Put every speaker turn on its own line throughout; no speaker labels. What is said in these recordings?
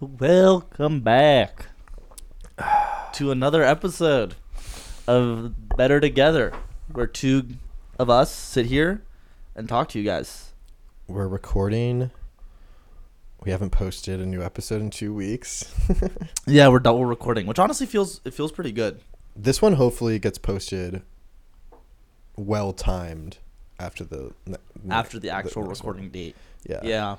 Welcome back to another episode of Better Together, where two of us sit here and talk to you guys.
We're recording. We haven't posted a new episode in two weeks.
Yeah, we're double recording, which honestly feels it feels pretty good.
this one hopefully gets posted well timed after the ne- ne-
after the actual
next one.
recording date.
Yeah.
Yeah.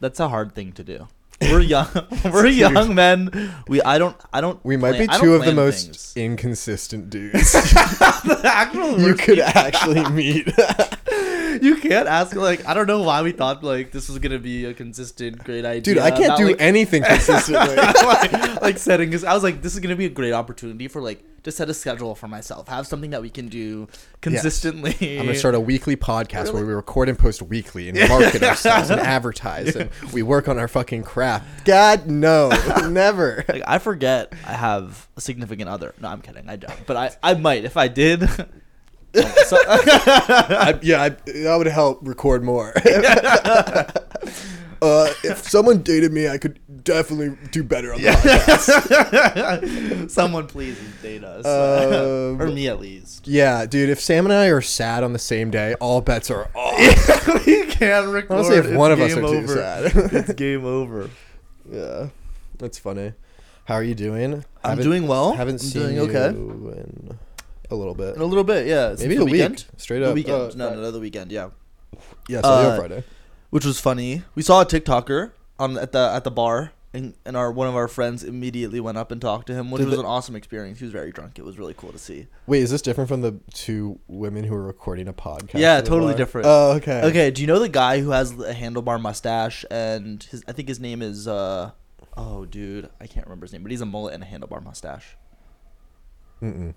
that's a hard thing to do. We're young. we're young men. We I don't I don't.
We might
plan- I
be
don't
two of the
plan
most
things.
inconsistent dudes
The actual
you
worst
could actually meet.
You can't ask like I don't know why we thought like this was gonna be a consistent great idea.
Dude, I can't
Not,
do
like,
anything consistently.
like, like setting is I was like this is gonna be a great opportunity for like to set a schedule for myself, have something that we can do consistently.
I'm gonna start a weekly podcast where
Really?
we record and post weekly and market ourselves and advertise and we work on our fucking craft. God no, never.
like I forget I have a significant other. No, I'm kidding. I don't. But I I might if I did. So-
I, yeah, I, that would help record more. uh, if someone dated me, I could definitely do better on the podcast.
Someone please date us,
Um,
or me at least.
Yeah, dude, if Sam and I are sad on the same day, all bets are off.
we can record.
Honestly, if
It's
one of us
game
are too
over.
sad.
it's game over.
yeah, that's funny. How are you doing?
I'm
Haven't-
doing well.
Haven't
I'm
seen
doing
you
okay.
in a little bit.
In a little bit, yeah. since
Maybe
the
a week.
weekend.
Straight
The
up.
weekend.
Uh,
no,
Fri-
no, no, the weekend. Yeah,
Yeah, so you're
Uh,
Friday.
which was funny. We saw a TikToker on at the at the bar, and, and our one of our friends immediately went up and talked to him, which
Did
was
the-
an awesome experience. He was very drunk. It was really cool to see.
Wait, is this different from the two women who were recording a podcast?
Yeah,
in the
totally
bar?
different.
Oh, okay.
Okay, do you know the guy who has a handlebar mustache and his? I think his name is. uh Oh, dude, I can't remember his name, but he's a mullet and a handlebar mustache.
Mm-mm,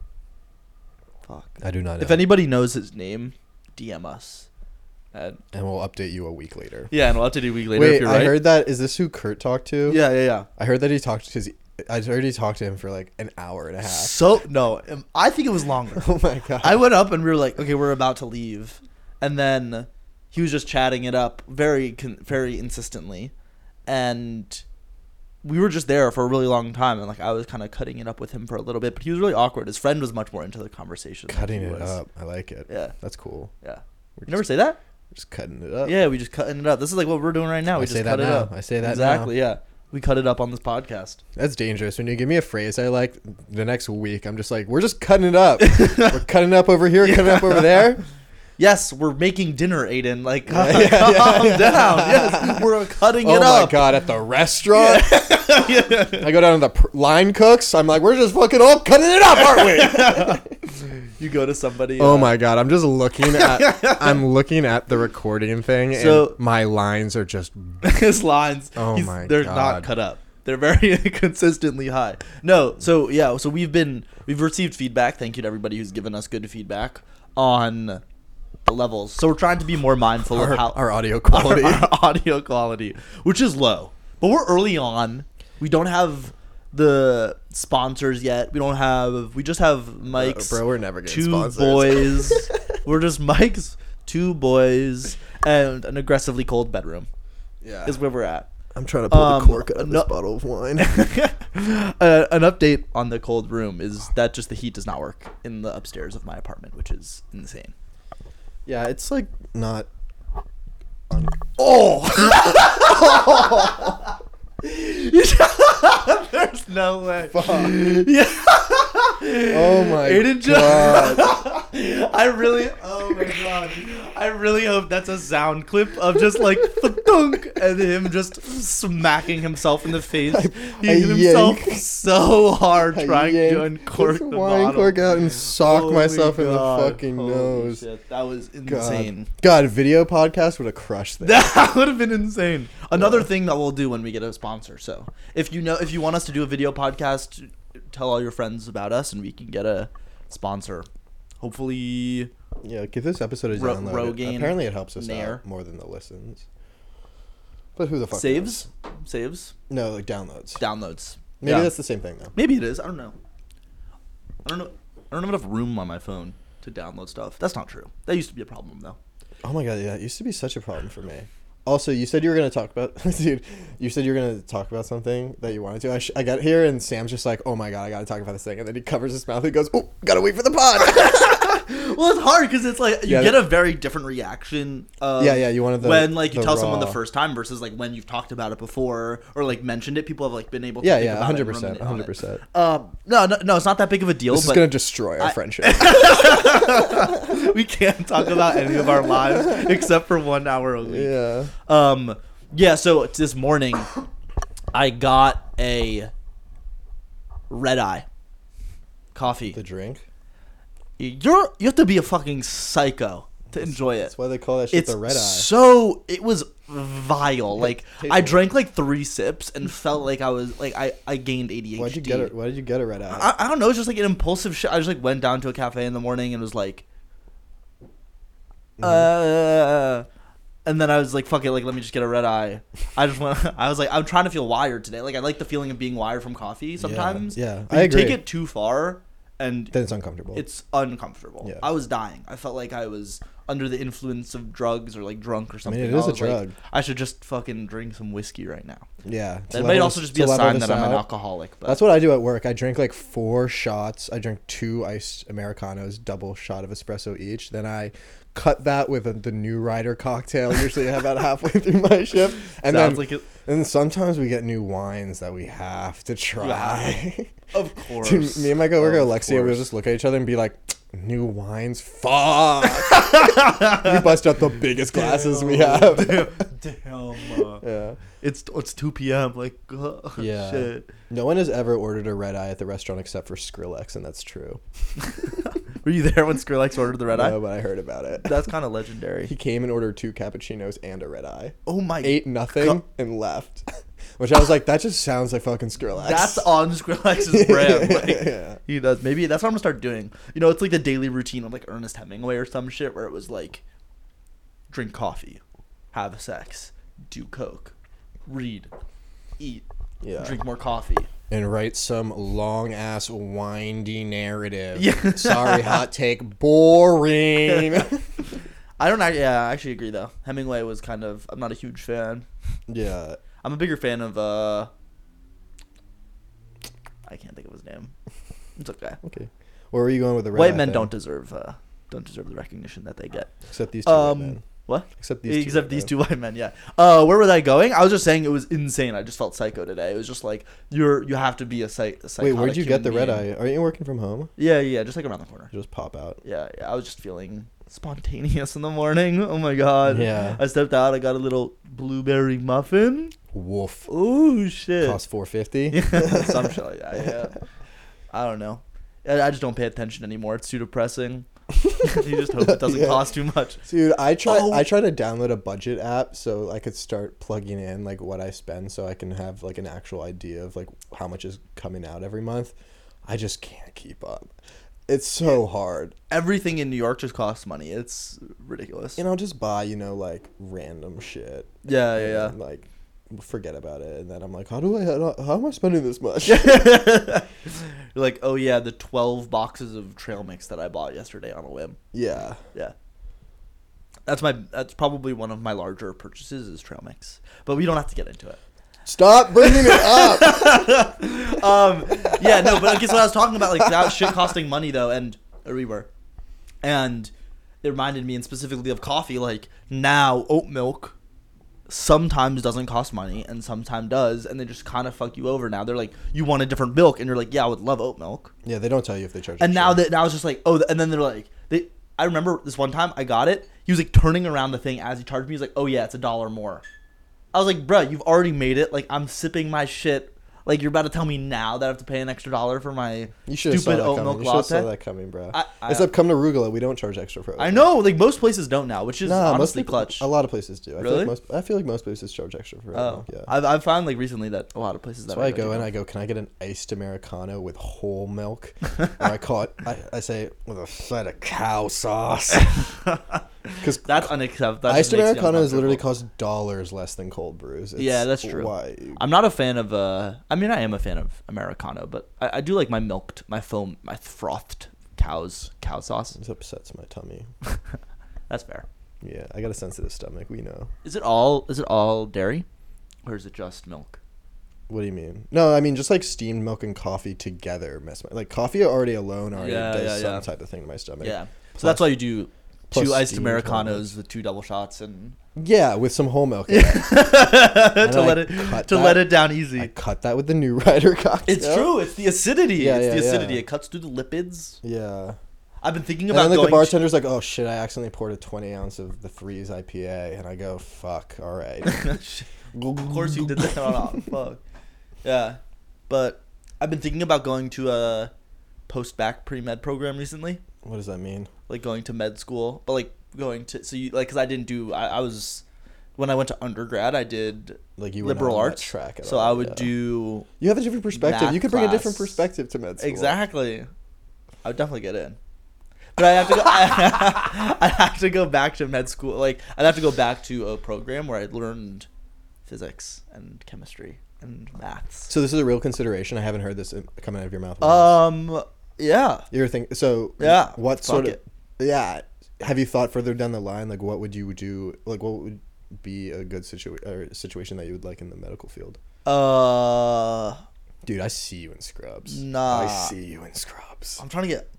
Fuck.
I do not.
If
know.
anybody knows his name, DM us. And
and we'll update you a week later.
yeah, and we'll have to do a week later. if
Wait,
you're
I
right.
heard that. Is this who Kurt talked to?
yeah, yeah, yeah.
I heard that he talked to his. I heard he talked to him for like an hour and a half.
So no, um, I think it was longer.
Oh my god.
I went up and we were like, okay, we're about to leave, and then he was just chatting it up very, con- very insistently, and we were just there for a really long time, and like I was kind of cutting it up with him for a little bit, but he was really awkward. His friend was much more into the conversation. than
cutting
he
it
was.
up. I like it.
Yeah,
That's cool.
yeah.
We're
You never
just,
say that.
just cutting it up.
Yeah, we just cutting it up. This is like what we're doing right now.
I
We
say
just
that
cut it
now.
up.
I say that now.
exactly. Yeah, we cut it up on this podcast.
That's dangerous. When you give me a phrase I like, the next week I'm just like, we're just cutting it up. we're cutting it up over here, cutting it up over there.
Yes, we're making dinner, Aiden. Like,
Yeah, yeah,
calm
yeah.
down. Yes, we're cutting
oh
it
my
up.
god, at the restaurant. I go down to the pr- line cooks. I'm like, we're just fucking all cutting it up, aren't we?
You go to somebody.
Oh
uh,
my god, I'm just looking at I'm looking at the recording thing
So-
and my lines are just
his lines.
Oh
he's-
my
they're not
God.
cut up. They're very consistently high. No, so yeah, so we've been we've received feedback. Thank you to everybody who's given us good feedback on the levels. So we're trying to be more mindful
our,
of how
our audio quality.
our- our audio quality, which is low. But we're early on. We don't have the sponsors yet. We don't have. We just have mics.
bro, we're never getting
two
sponsors.
boys. we're just mics, two boys, and an aggressively cold bedroom
yeah.
is where we're at.
I'm trying to
pull the um, cork out of no- this
bottle of wine.
uh, an update on the cold room is that just the heat does not work in the upstairs of my apartment, which is insane.
yeah, it's like not
Oh! There's no way. Yeah.
Oh my
Aiden Jo-
god.
I really, oh my god, I really hope that's a sound clip of just like thunk and him just smacking himself in the face. He
I
hit himself
yank.
so hard
I
trying to
yanked
uncork
this
the
wine
bottle.
cork out and socked
Holy
myself in the
God.
fucking
Holy
nose.
shit, That was
God.
insane.
God, video podcast would have crushed that.
That would have been insane. Another thing that we'll do when we get a sponsor. So if you know, if you want us to do a video podcast, tell all your friends about us, and we can get a sponsor. Hopefully,
Yeah, give this episode a
Ro-
download.
Rogaine
Apparently, it helps us
Nair.
out more than the listens. But who the fuck knows?
saves, saves,
No, like downloads.
downloads.
Maybe
Yeah.
that's the same thing though.
maybe it is. I don't know. I don't know. I don't have enough room on my phone to download stuff. That's not true. That used to be a problem though.
Oh my god, yeah, it used to be such a problem for me. Also, you said you were gonna talk about, dude. You said you were gonna talk about something that you wanted to. I, sh- I got here and Sam's just like, "Oh my god, I gotta talk about this thing," and then he covers his mouth and goes, "Oh, gotta wait for the pod."
Well, it's hard because it's like you
Yeah,
get
that-
a very different reaction. Of
Yeah, yeah, you wanted the-
when like you
the
tell someone the
raw.
first time versus like when you've talked about it before or like mentioned it. People have like been able. to
yeah,
think
yeah,
about it
hundred
and
percent,
ruminate on it.
hundred percent.
Um, no, no, no, it's not that big of a deal.
This is
but
gonna destroy our
I-
friendship.
we can't talk about any of our lives except for one hour a week.
yeah.
Um, yeah. So this morning, I got a red eye coffee.
The drink.
You're you have to be a fucking psycho to enjoy it.
That's why they call that shit
It's
the red eye.
so it was vile. Like
tastes
I
like-
drank like three sips and felt like I was like I I gained ADHD.
Why'd you get it? Why did you get a red eye?
I, I don't know. It's just like an impulsive shit. I just like went down to a cafe in the morning and was like, uh, and then I was like, fuck it, like let me just get a red eye. I just want. I was like, I'm trying to feel wired today. Like I like the feeling of being wired from coffee sometimes.
yeah,
But
I
you Take
agree.
it too far, and
then it's uncomfortable.
it's uncomfortable.
Yeah.
I was dying. I felt like I was under the influence of drugs or like drunk or something.
it is a
was like,
drug.
I should just fucking drink some whiskey right now.
yeah. to
That might
level
also
this-
just be
to
a
level
sign
this
that I'm an
out.
alcoholic. But
That's what I do at work. I drink like four shots. I drink two iced Americanos, double shot of espresso each. Then I cut that with a, the new rider cocktail. Usually I have about halfway through my shift. And then,
Sounds like it-
and then sometimes we get new wines that we have to try.
of
Dude,
course.
me and my coworker
Of
Alexia, we'll
course.
just look at each other and be like, "New wines, fuck." we bust out the biggest glasses we have.
Damn.
yeah.
It's it's 2 p.m. Like, oh,
Yeah.
shit.
No one has ever ordered a red eye at the restaurant except for Skrillex, and that's true.
Were you there when Skrillex ordered the red eye?
No, but I heard about it.
That's kind of
He
legendary.
came and ordered two cappuccinos and a red eye.
Oh my.
Ate nothing
God.
and left. Which I was like, that just sounds like fucking Skrillex.
That's on Skrillex's brand. Like,
Yeah.
He does. Maybe that's what I'm gonna start doing. You know, it's like the daily routine of like Ernest Hemingway or some shit, where it was like, drink coffee, have sex, do coke, read, eat,
Yeah.
drink more coffee.
and write some long ass windy narrative.
Yeah.
Sorry, hot take. Boring.
I don't. act- Yeah, I actually agree though. Hemingway was kind of. I'm not a huge fan.
yeah.
I'm a bigger fan of. uh I can't think of his name. It's okay.
Okay. Where were you going with the red
White
eye
men
thing?
don't deserve. uh Don't deserve the recognition that they get.
Except these two white
Um,
men.
what?
Except these two
Except
white
these
men.
two white men. Yeah. Uh, where was I going? I was just saying it was insane. I just felt psycho today. It was just like you're. You have to be a psych. A
Wait, where'd
psychotic
you get the
human
red
being.
eye? Are you working from home?
Yeah, yeah, just like around the corner.
Just pop out.
Yeah, yeah. I was just feeling spontaneous in the morning. Oh my god.
Yeah.
I stepped out. I got a little blueberry muffin.
Woof.
Oh shit.
Cost four fifty.
Yeah, some shit like that. Yeah. I don't know. I I just don't pay attention anymore. It's too depressing. you just hope it doesn't
Yeah.
cost too much.
Dude, I try
Oh.
I try to download a budget app so I could start plugging in like what I spend so I can have like an actual idea of like how much is coming out every month. I just can't keep up. It's so hard.
Everything in New York just costs money. It's ridiculous.
And I'll just buy, you know, like random shit.
Yeah, yeah, yeah.
And, like forget about it and then I'm like, how do I how, how am I spending this much?
You're like, oh yeah, the twelve boxes of trail mix that I bought yesterday on a whim.
yeah.
Yeah. That's my. That's probably one of my larger purchases is trail mix, but we don't have to get into it.
Stop bringing it up.
um, yeah, no, but I guess what I was talking about, like that shit costing money though, and or we were, and it reminded me, and specifically of coffee. Like now, oat milk sometimes doesn't cost money, and sometimes does, and they just kind of fuck you over. Now they're like, you want a different milk, and you're like, yeah, I would love oat milk,
yeah, they don't tell you if they charge.
and
you
now
shit.
that now it's just like, oh, and then they're like, they. I remember this one time I got it. He was like turning around the thing as he charged me. He's like, oh yeah, it's a dollar more. I was like, bruh, you've already made it. Like, I'm sipping my shit. Like, you're about to tell me now that I have to pay an extra dollar for my
you should have saw
stupid
that
oat
coming.
milk
You should have saw
latte.
that coming, bro.
I- I- uh,
Except come to Rugula, we don't charge extra for. oat
I
milk.
know, like most places don't now, which is
Nah, most
honestly
people-
clutch.
A lot of places do. I Feel
Really?
like most, I feel like most places charge extra for
Oh,
oat milk. Yeah.
I've, I've found like recently that a lot of places that
So I
to
go and I go. Can I get an iced americano with whole milk? or I call it. I, I say with a side of cow sauce. Because
that's unacceptable. That
iced
just makes me
americanos literally
uncomfortable.
costs dollars less than cold brews. It's
Yeah, that's true.
Why?
I'm not a fan of. Uh, I mean, I am a fan of Americano, but I, I do like my milked, my foam, my frothed cows cow sauce.
This upsets my tummy.
That's fair.
Yeah, I got a sensitive stomach. We know.
Is it all is it all dairy, or is it just milk?
What do you mean? No, I mean just like steamed milk and coffee together mess my like coffee already alone already
Yeah,
does
yeah,
some
yeah.
type of thing to my stomach.
Yeah.
Plus-
so that's why you do
plus
two iced
steamed
americanos, the two double shots, and
Yeah, with some whole milk. in it.
to
I
let it
cut
to let
that.
it down
I
easy.
cut that with the new rider cocktail.
It's true. It's the acidity.
Yeah,
it's the
yeah,
acidity.
yeah.
It cuts through the lipids.
Yeah.
I've been thinking
And
about
then like
going.
the bartender's like, oh shit, I accidentally poured a twenty ounce of the freeze IPA, and I go, fuck, all right.
of course you did that. on Fuck. Yeah, but I've been thinking about going to a post bac pre med program recently,
what does that mean?
like going to med school, but like going to so you like because I didn't do I, I was when I went to undergrad I did
Like you were not
liberal
on that
arts
track. At
so
all,
I would
yeah.
do
You have a different perspective.
math
You could bring a different
class.
perspective to med school.
Exactly. I would definitely get in. But I'd have to go I, would have to go back to med school. Like I'd have to go back to a program where I learned physics and chemistry and maths.
So this is a real consideration. I haven't heard this uh, coming out of your mouth. once.
Um yeah.
You're thinking so.
Yeah,
What
fuck
sort of?
it.
Yeah. Have you thought further down the line? Like, what would you do? Like, what would be a good situation or situation that you would like in the medical field?
Uh
Dude, I see you in scrubs. I
Nah.
see you in scrubs.
I'm trying to get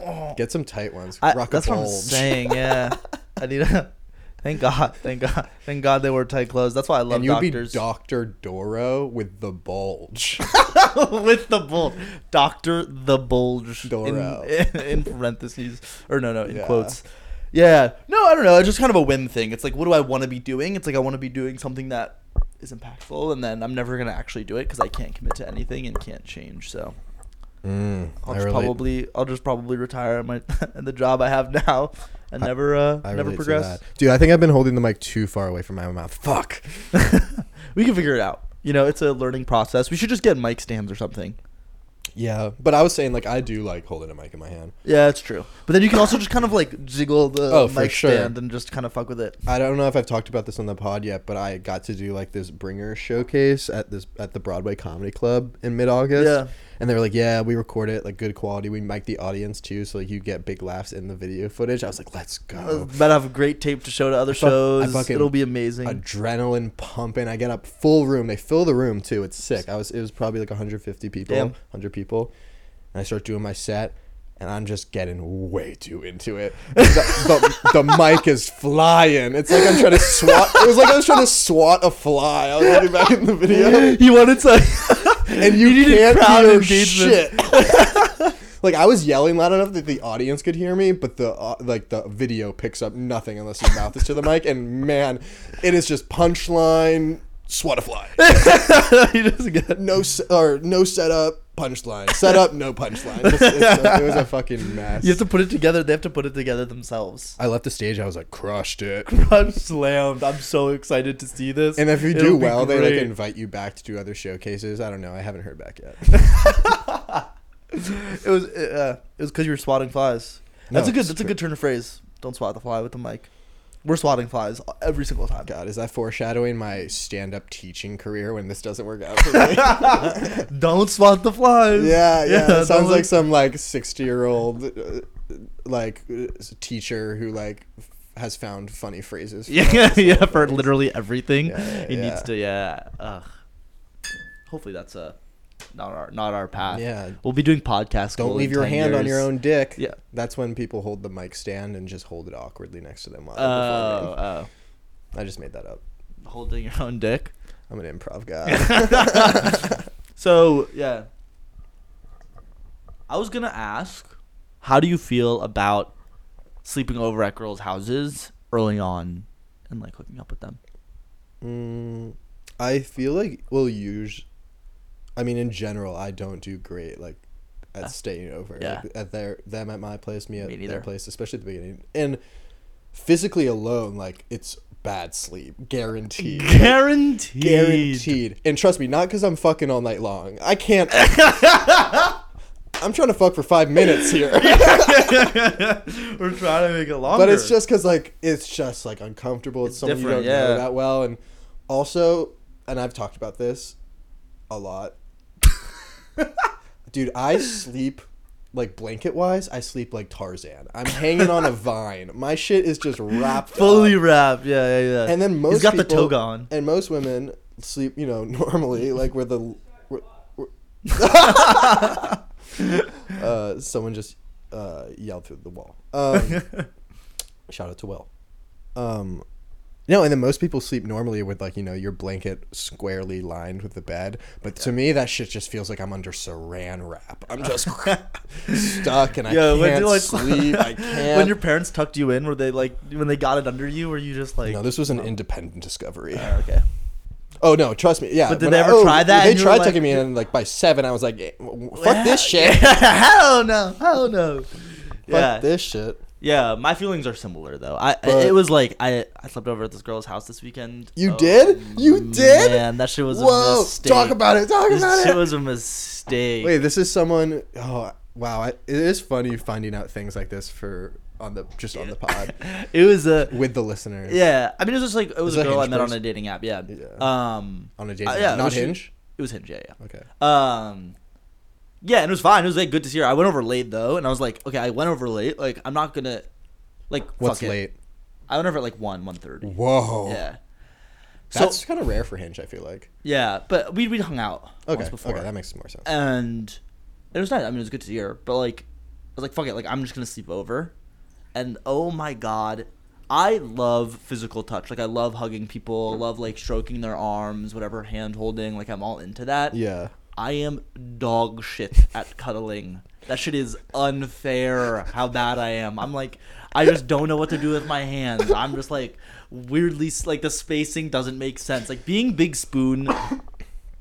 oh,
Get some tight ones.
I,
Rock a
that's what I'm
bulge.
saying, yeah. I need a Thank God, thank God, thank God they wear tight clothes. That's why I love
And you'd be
doctors
Doctor Doro with the bulge.
with the bulge. Doctor the bulge in-
Doro.
in, parentheses or no no in
Yeah.
quotes. Yeah. No, I don't know. It's just kind of a whim thing. It's like what do I want to be doing? It's like I want to be doing something that is impactful and then I'm never going to actually do it cuz I can't commit to anything and can't change. So
Mm,
I'll
I
just
relate-
probably I'll just probably retire at my at the job I have now and
I-
never uh
I
never
relate to
progress.
that. Dude, I think I've been holding the mic too far away from my mouth. Fuck.
we can figure it out. You know, it's a learning process. We should just get mic stands or something.
Yeah, but I was saying like I do like holding a mic in my hand.
Yeah, it's true. But then you can also just kind of like jiggle the
Oh, for
mic
sure.
stand and just kind of fuck with it.
I don't know if I've talked about this on the pod yet, but I got to do like this bringer showcase at this at the Broadway Comedy Club in mid August.
Yeah.
And they were like, Yeah, we record it, like good quality. We mic the audience too, so like you get big laughs in the video footage. I was like, Let's
Uh,
go.
Better have a great tape to show to other
I fuck- I
shows.
fucking-
It'll be amazing.
Adrenaline pumping. I get up full room. They fill the room too. It's sick. I was it was probably like 150 people,
Damn.
100 people. And I start doing my set and I'm just getting way too into it. The, the, the mic is flying. It's like I'm trying to swat. It was like I was trying to swat a fly. I was looking back in the video,
he wanted to,
and you,
You needed
can't
crowd
hear
engagement.
shit. like I was yelling loud enough that the audience could hear me, but the uh, like the video picks up nothing unless your mouth is to the mic. And man, it is just punchline, swat a fly.
he doesn't get it.
No s- or no setup, punchline. Setup, no punchline. It's- it's a- it was a fucking mess.
You have to put it together. They have to put it together themselves.
I left the stage. I was like, crushed it.
I'm slammed. I'm so excited to see this.
And if you
It'll
do
be
well, they like
great.
invite you back to do other showcases. I don't know. I haven't heard back yet.
it was uh, it was because you were swatting flies.
No,
That's a good.
it's
That's a
true.
good turn of phrase. Don't swat the fly with the mic. We're swatting flies every single time.
God, is that foreshadowing my stand-up teaching career when this doesn't work out for me?
Don't swat the flies.
yeah, yeah.
don't
it sounds
look-
like some like sixty-year-old uh, like uh, teacher who like f- has found funny phrases. for
yeah, yeah, for literally everything.
Yeah, yeah,
he
yeah.
needs to, yeah. Ugh. Hopefully that's uh not our not our path.
Yeah.
we'll be doing podcasts.
Don't
goal
leave
in
your
10
hand on your
years.
own dick.
Yeah.
That's when people hold the mic stand and just hold it awkwardly next to them while
Oh,
they're performing.
oh,
I just made that up.
holding your own dick.
I'm an improv guy.
So yeah, I was gonna ask, how do you feel about sleeping over at girls' houses early on and like hooking up with them?
Mm, I feel like well, use. I mean, in general, I don't do great like at
Uh,
staying over.
yeah.
Like, at their them at my place, me at
Me
their
neither.
place, especially at the beginning, and physically alone, like it's bad sleep, guaranteed. Like,
Guaranteed.
Guaranteed. And trust me, not because I'm fucking all night long. I can't. I'm trying to fuck for five minutes here.
We're trying to make it longer.
but it's just because like it's just like uncomfortable. It's,
It's
someone you don't
different,
know
yeah.
that well, and also, and I've talked about this a lot, dude. I sleep like blanket wise, I sleep like Tarzan. I'm hanging on a vine. My shit is just wrapped
fully
up.
wrapped. Yeah, yeah, yeah.
And then most
he's got the
people-
toga on.
And most women sleep, you know, normally like where the where, where, uh, someone just uh, yelled through the wall. Um, shout out to Will. Um, no, and then most people sleep normally with like you know your blanket squarely lined with the bed, but to me that shit just feels like I'm under Saran wrap. I'm just stuck and I
Yeah,
can't
like-
sleep. I can't.
When your parents tucked you in, were they like when they got it under you? Were you just like?
no, this was an independent discovery.
Oh, okay.
Oh no, trust me. Yeah,
But did
when
they
I-
ever
oh,
try that
They
and you
tried
were
tucking
like-
me in, and like by seven, I was like, eh, w- w- "Fuck this shit, fuck
hell no! Hell no! Yeah,
this shit."
yeah. My feelings are similar though. I
But-
it was like I I slept over at this girl's house this weekend. Oh,
You did? You did?
Man, that shit was a
Whoa!
mistake.
Talk about it. Talk
this
about
shit
it.
was a mistake.
Wait, this is someone. Oh wow, I, it is funny finding out things like this for on the just on the pod
it was a
with the listeners.
yeah. I mean, it was just like it was
Is
a
that
girl I
Hinge
met on
first?
a dating app. Yeah.
Yeah.
Um.
on a dating.
Uh,
app.
yeah, it
not
was-
Hinge.
It was Hinge. Yeah. Yeah.
Okay.
Um, yeah, and it was fine. It was like good to see her. I went over late though, and I was like, okay, I went over late. Like I'm not gonna, like
What's
fuck it.
late?
I went over at like one, one thirty.
Whoa.
Yeah. So
That's kind of rare for Hinge. I feel like.
yeah, but we we hung out
Okay.
once before, Uh,
Okay, that makes more sense.
and it was nice. I mean, it was good to see her, but like, I was like, fuck it. Like I'm just gonna sleep over, and oh my god. I love physical touch. Like I love hugging people, love like stroking their arms, whatever hand holding. Like I'm all into that.
yeah.
I am dog shit at cuddling. That shit is unfair how bad I am. I'm like, I just don't know what to do with my hands. I'm just like, weirdly, s- like the spacing doesn't make sense. Like being Big Spoon,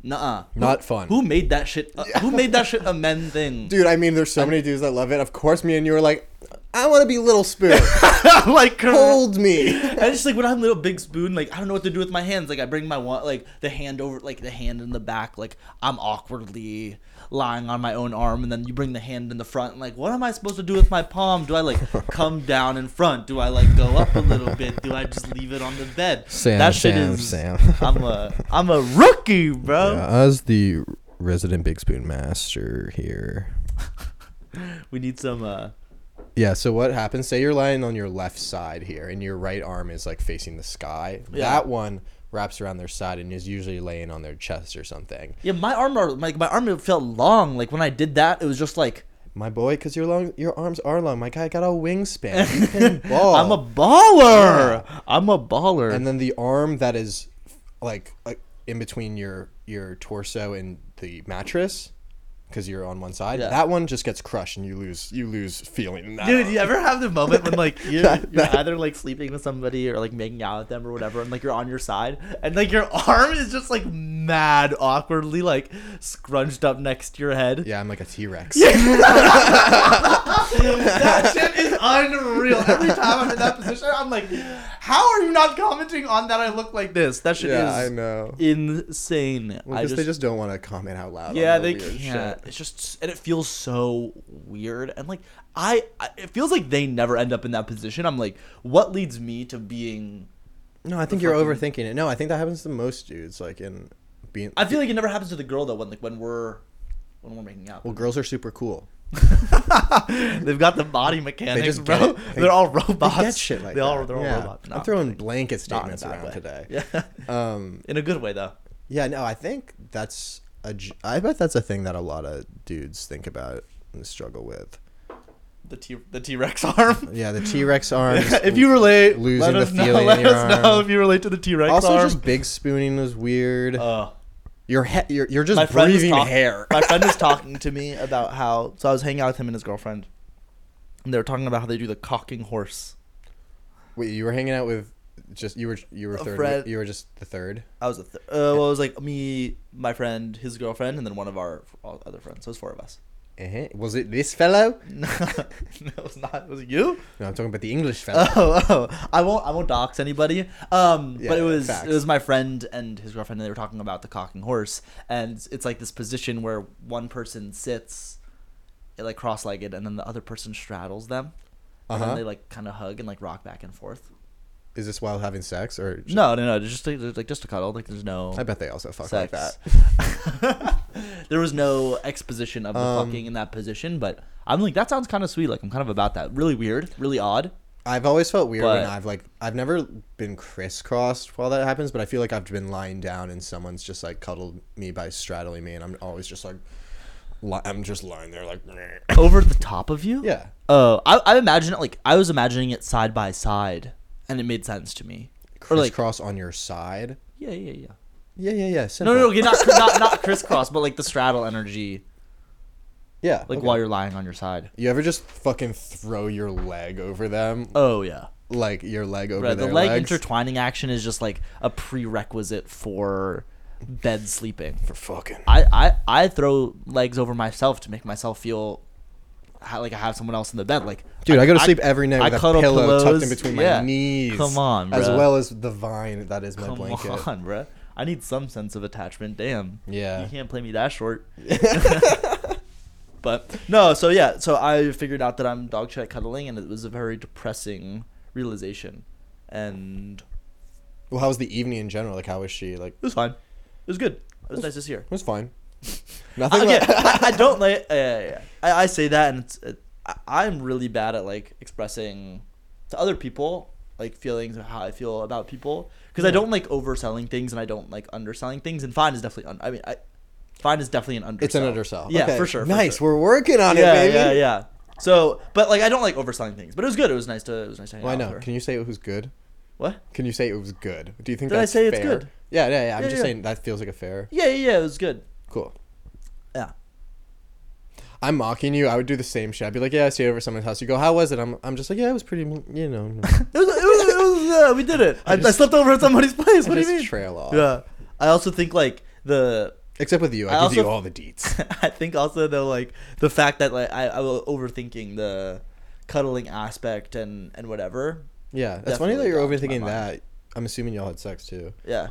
nuh
Not fun.
Who made that shit? uh, who made that shit a men thing?
Dude, I mean, there's so many dudes that love it. Of course, me and you are like, I want to be Little Spoon.
like,
Hold me.
I just like when I'm little big spoon, like I don't know what to do with my hands. Like I bring my one, like the hand over, like the hand in the back, like I'm awkwardly lying on my own arm, and then you bring the hand in the front, and like what am I supposed to do with my palm? Do I like come down in front? Do I like go up a little bit? Do I just leave it on the bed?
Sam,
that shit
Sam,
is.
Sam.
I'm a I'm a rookie, bro.
as the resident Big Spoon master here.
We need some. uh
Yeah, so what happens? Say you're lying on your left side here, and your right arm is like facing the sky.
Yeah.
That one wraps around their side and is usually laying on their chest or something.
Yeah, my arm, are- like my arm felt long. Like when I did that, it was just like.
My boy, because your long, your arms are long. My guy got a wingspan. You can ball.
I'm a baller. I'm a baller.
and then the arm that is like like in between your your torso and the mattress because you're on one side
Yeah.
that one just gets crushed and you lose you lose feeling in that
Dude,
arm.
you ever have the moment when like you're,
That-
you're
that-
either like sleeping with somebody or like making out with them or whatever, and like you're on your side, and like your arm is just like mad awkwardly like scrunched up next to your head.
yeah i'm like a t-rex
that shit is unreal. Every time I'm in that position, I'm like, how are you not commenting on that? I look like this. That shit
yeah i
is
know
insane. I
because they just don't want to comment out loud on
yeah,
the
they
weird
can't.
shit.
It's just and it feels so weird and like I, I it feels like they never end up in that position. I'm like, what leads me to being?
no i think you're overthinking it no i think that happens to most dudes like in being
I feel like it never happens to the girl though. When like when we're when we're making out,
well girls are super cool
they've got the body mechanics,
just get
bro.
it. They-
They, are all robots.
they get shit like
they
that.
all they're all
Yeah.
robots.
i'm
Not-
throwing blanket
not in a
statements
bad way.
around today
Yeah.
um
in a good way though.
Yeah, no, I think that's a. j- I bet that's a thing that a lot of dudes think about and struggle with.
The T the T Rex arm.
Yeah, the T Rex arm.
if you relate, let
losing the
us know.
feeling in
Let
your
us know
arm.
if you relate to the T Rex arm.
also just big spooning was weird.
Uh,
your he- you're you're
my
just
friend was
breathing
talk-
hair.
my friend was talking to me about how. So I was hanging out with him and his girlfriend, and they were talking about how they do the cocking horse.
Wait, you were hanging out with just you were you were
A
third
friend-
you were just the third.
I was a th- uh, well, it was like me, my friend, his girlfriend, and then one of our all other friends. So it was four of us.
Uh-huh. Was it this fellow?
No, it was not. It was you.
No, I'm talking about the English fellow.
Oh, oh, I won't. I won't dox anybody. Um,
Yeah,
but it was
facts.
it was my friend and his girlfriend, and they were talking about the cocking horse, and it's like this position where one person sits, eh, like cross-legged, and then the other person straddles them, and
Uh-huh.
then they like kind of hug and like rock back and forth.
Is this while having sex or just-
No, no, no. Just like, like just a cuddle. Like there's no.
I bet they also fuck
sex.
like that.
there was no exposition of the
Um,
fucking in that position, but I'm like, that sounds kind of sweet. Like I'm kind of about that. Really weird, really odd.
I've always felt weird when
But-
I've like I've never been crisscrossed while that happens, but I feel like I've been lying down and someone's just like cuddled me by straddling me, and I'm always just like, li- I'm just lying there like, "Meh."
Over the top of you.
yeah,
Oh, I I imagine it like I was imagining it side by side, and it made sense to me. Or like,
crisscross on your side.
yeah, yeah, yeah.
Yeah, yeah, yeah. Simple.
No, no, no, not not not crisscross, but like the straddle energy,
Yeah,
like
okay.
while you're lying on your side.
You ever just fucking throw your leg over them,
Oh yeah.
like your leg over
Right, the
their
leg
legs?
intertwining action is just like a prerequisite for bed sleeping.
for fucking.
I, I, I throw legs over myself to make myself feel ha- like I have someone else in the bed. Like,
Dude, I, go to sleep every night
I
with a
cuddle
pillow tucked in
pillows.
between
Yeah.
my knees.
Come on,
as
bruh.
well as the vine that is my
Come
blanket.
on, bruh. I need some sense of attachment. Damn.
Yeah.
You can't play me that short. but no, so yeah, so I figured out that I'm dog shit cuddling, and it was a very depressing realization. And it
Well, how was the evening in general? Like, how was she? Like,
was fine. It was good. It was nice to see her.
it was fine.
I,
Nothing.
okay,
like-
I, I don't like. Yeah, yeah, yeah. I, I say that, and it's, it, I, I'm really bad at like expressing to other people like feelings of how I feel about people because I
Yeah.
don't like overselling things and I don't like underselling things. And fine is definitely. Un- I mean, I, fine is definitely an undersell.
it's an undersell.
Yeah,
Okay,
for sure. for
Nice.
sure.
We're working on
yeah,
it, baby.
yeah, yeah. So, but like, I don't like overselling things. But it was good. It was nice to. It was nice to hang
Well, I
out
know.
with her.
Can you say it was good?
What?
Can you say it was good? Do you think
Did I
that's
say it's
fair?
good?
Yeah, yeah, yeah. I'm
Yeah,
just
yeah.
saying that feels like a fair.
Yeah, yeah, yeah. It was good.
Cool.
Yeah.
I'm mocking you. I would do the same shit. I'd be like, yeah, I stayed over at someone's house. You go, how was it? I'm, I'm just like, yeah, it was pretty, you know. no."
It was. It was. It was uh, we did it. I, I,
just-
slept over at somebody's place.
I
What do you
just
mean?
trail off.
Yeah. I also think like the
Except with you, I,
I
give you
also-
all the deets.
I think also though like the fact that like I, I was overthinking the cuddling aspect and and whatever.
Yeah, that's funny that
Definitely
you're
got into my
overthinking
mind.
that. I'm assuming y'all had sex too,
Yeah.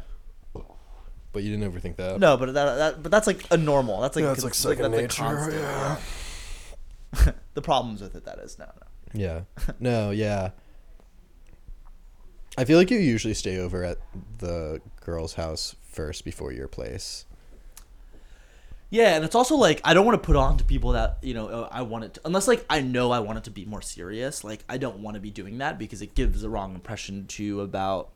but you didn't overthink that.
No, but that, that but that's like a normal. That's like
Yeah, it's, like,
cons-
second
that's,
nature,
constant,
yeah.
yeah. the problems with it that is no no.
Yeah. No, yeah. I feel like you usually stay over at the girl's house first before your place.
Yeah, and it's also like I don't want to put on to people that you know uh, I want it to, unless like I know I want it to be more serious. Like I don't want to be doing that because it gives a wrong impression to you about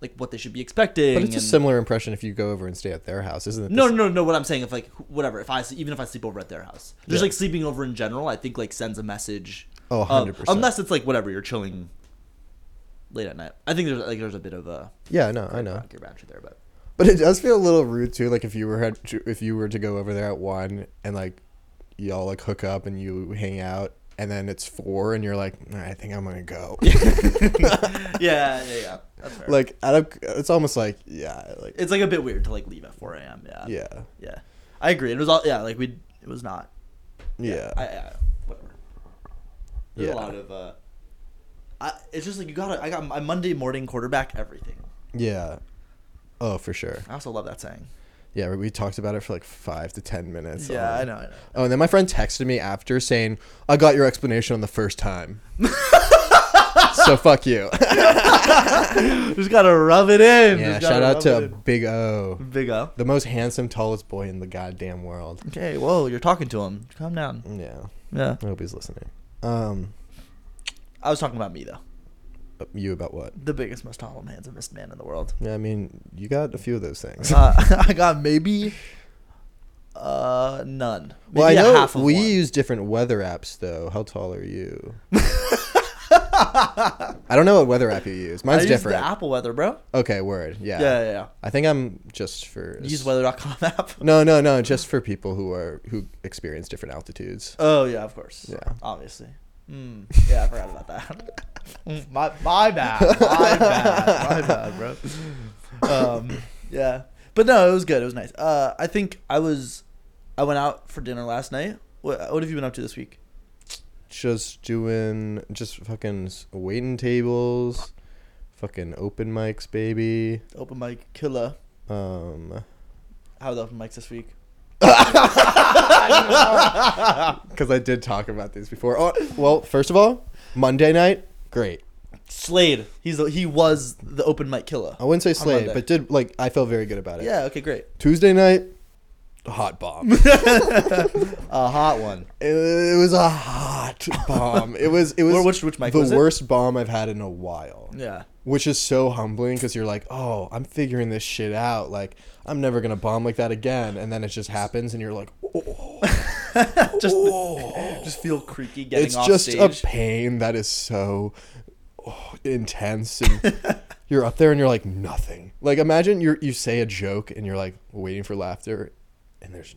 like what they should be expecting.
But it's a
and-
similar impression if you go over and stay at their house, isn't it?
No,
The-
no, no, no. What I'm saying, if like wh- whatever, if I s- even if I sleep over at their house, just
Yeah.
like sleeping over in general, I think like sends a message.
Oh,
of-
100%.
Unless it's like whatever you're chilling late at night. I think there's like there's a bit of a
Yeah, no, I know.
your there, but
But it does feel a little rude too. Like if you were had to, if you were to go over there at one and like y'all like hook up and you hang out, and then it's four and you're like, "All right, I think I'm gonna go.
yeah, yeah, yeah. That's fair.
like I don't. It's almost like yeah, like
it's like a bit weird to like leave at 4 a.m. Yeah,
yeah,
yeah. I agree. It was all yeah. Like we, it was not.
yeah,
I, I whatever. There's
Yeah.
a lot of uh, I, it's just like you gotta. I got my Monday morning quarterback everything.
yeah. Oh, for sure.
I also love that saying.
Yeah, we talked about it for like five to ten minutes.
yeah,
on-
I know, I know.
Oh, and then my friend texted me after saying, "I got your explanation on the first time." so fuck you.
Just gotta rub it in.
yeah,
Just gotta
shout out
rub
to
it
Big O,
in. Big O.
the most handsome, tallest boy in the goddamn world.
Okay, whoa, you're talking to him. Calm down.
Yeah,
Yeah.
I hope he's listening. Um,
I was talking about me though.
you about what?
The biggest, most tall, and handsomest man in the world.
Yeah, I mean, you got a few of those things.
Uh, I got maybe uh none. Maybe
well, I
a
know
half of
we
one.
use different weather apps though. How tall are you? I don't know what weather app you use.
I
Mine's
use
different.
the Apple Weather, bro.
Okay, word.
Yeah,
Yeah.
yeah, yeah.
I think I'm just for
Use weather.com app.
No, no, no. Just for people who are who experience different altitudes.
Oh yeah, of course.
Yeah.
Obviously. Mm. Yeah, I forgot about that. Mm, my my bad. My bad. My bad, bro. Um, yeah. But no, it was good. It was nice. Uh, I think I was I went out for dinner last night. What what have you been up to this week?
Just doing, just fucking s- waiting tables, fucking open mics, baby.
Open mic killer.
Um,
How the open mics this week?
because I did talk about these before. Oh, well, first of all, Monday night, great.
Slade. He's the, he was the open mic killer.
I wouldn't say
On
Slade,
Monday.
but did like I felt very good about Oh, it.
Yeah. Okay. Great.
Tuesday night, hot bomb.
A hot one.
It, it was a hot bomb. It was it was
Or which- which mic
the
was it?
worst bomb I've had in a while.
Yeah.
Which is so humbling because you're like, oh, I'm figuring this shit out. Like, I'm never gonna bomb like that again. And then it just happens, and you're like, oh,
Just
oh.
just feel creaky getting
it's
off
just
stage.
a pain that is so oh, intense. And you're up there, and you're like, nothing. Like, imagine you you say a joke, and you're like waiting for laughter, and there's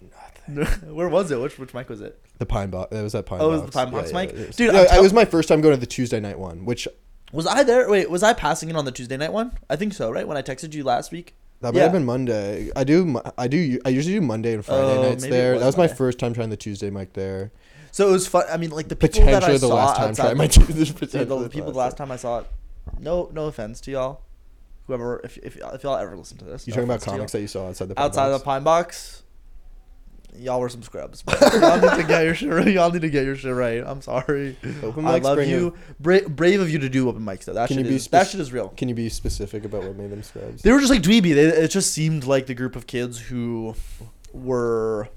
nothing.
Where was it? Which which mic was it?
The pine box. That was that pine.
Oh, it
box.
was the Pine Box mic?
it was-
Dude,
I-
I'm
I- it
tell-
was my first time going to the Tuesday night one, which
Was I there? Wait, was I passing it on the Tuesday night one? I think so, right? When I texted you last week.
that might
Yeah.
have been Monday. I do. mo- I do. I usually do Monday and Friday
Oh,
nights
maybe it
there.
was
that was my
Monday.
first time trying the Tuesday mic there.
So it was fun. I mean, like the people that I
Potentially the
saw
last time
outside-
trying my Tuesday.
Dude, the
potentially
people the last time I saw it. No, no offense to y'all. Whoever, if if, if y'all ever listen to this,
You
no
talking about
offense to y'all.
comics that you saw outside the
outside of the pine box. Y'all were some scrubs. but y'all need to get your shit right. Y'all need to get your shit right. I'm sorry.
the open
I
mics
love
bring it-
you. Bra- brave of you to do open mics though. That
Can
shit
you be
is that
spec-
shit is real.
Can you be specific about what made them scrubs?
They were just like dweeby. They, it just seemed like the group of kids who were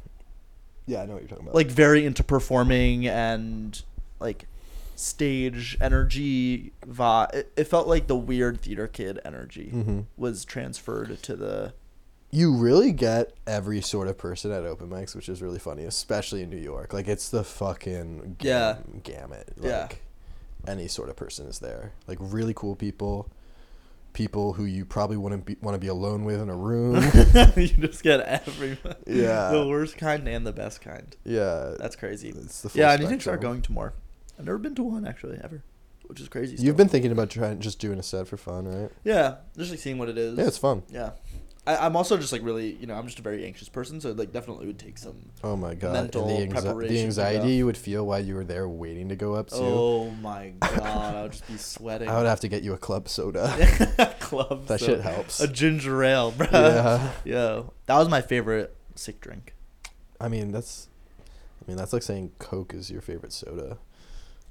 Yeah, I know what you're talking about.
like very into performing and like stage energy vibe. It, it felt like the weird theater kid energy
hmm
was transferred to the
you really get every sort of person at open mics, which is really funny, especially in New York. Like it's the fucking gam-
Yeah.
gamut. Like
Yeah.
any sort of person is there. Like really cool people, people who you probably wouldn't be, want to be alone with in a room.
you just get everyone.
Mm-hmm. Yeah.
The worst kind and the best kind.
yeah,
That's crazy.
it's the full
yeah, I need to start
spectrum.
going to more. I've never been to one actually ever, which is crazy. still.
You've been thinking about trying just doing a set for fun, right?
Yeah, just like seeing what it is.
Yeah, it's fun.
Yeah. I, I'm also just like really, you know, I'm just a very anxious person, so like definitely would take some.
Oh my god,
Mental
and the, anxi-
preparation
the
to go.
anxiety you would feel while you were there waiting to go up to.
Oh my god, I would just be sweating.
I would have to get you a club soda.
Club.
that
so-
shit helps.
A ginger ale, bro.
yeah.
Yo, that was my favorite sick drink.
I mean, that's. I mean, that's like saying Coke is your favorite soda.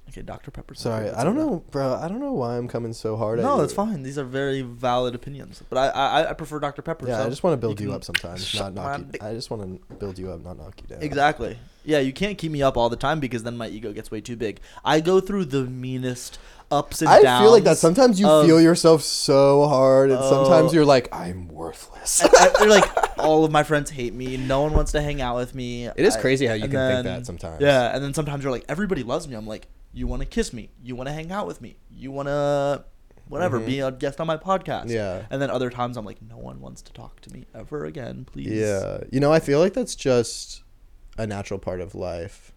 Okay, Dr Pepper's. my
Sorry,
favorite
I don't
soda.
know, bro. I don't know why I'm coming so hard. at
No,
you.
that's fine. These are very valid opinions, but I I, I prefer Dr Pepper.
Yeah,
so
I just want to build
can
you up sometimes,
suck
not knock
my
you.
dick.
I just want to build you up, not knock you down.
Exactly. Yeah, you can't keep me up all the time because then my ego gets way too big. I go through the meanest ups and
I
downs.
feel like that sometimes you
of-
feel yourself so hard, and sometimes
Oh.
you're like, I'm worthless.
I- I- like all of my friends hate me. No one wants to hang out with me.
It is
I-
crazy how you
and
can think that sometimes.
Yeah, and then sometimes you're like, everybody loves me. I'm like, you want to kiss me, you want to hang out with me, you want to, whatever,
Mhm.
be a guest on my podcast.
Yeah.
And then other times I'm like, no one wants to talk to me ever again, please.
Yeah, you know, I feel like that's just a natural part of life.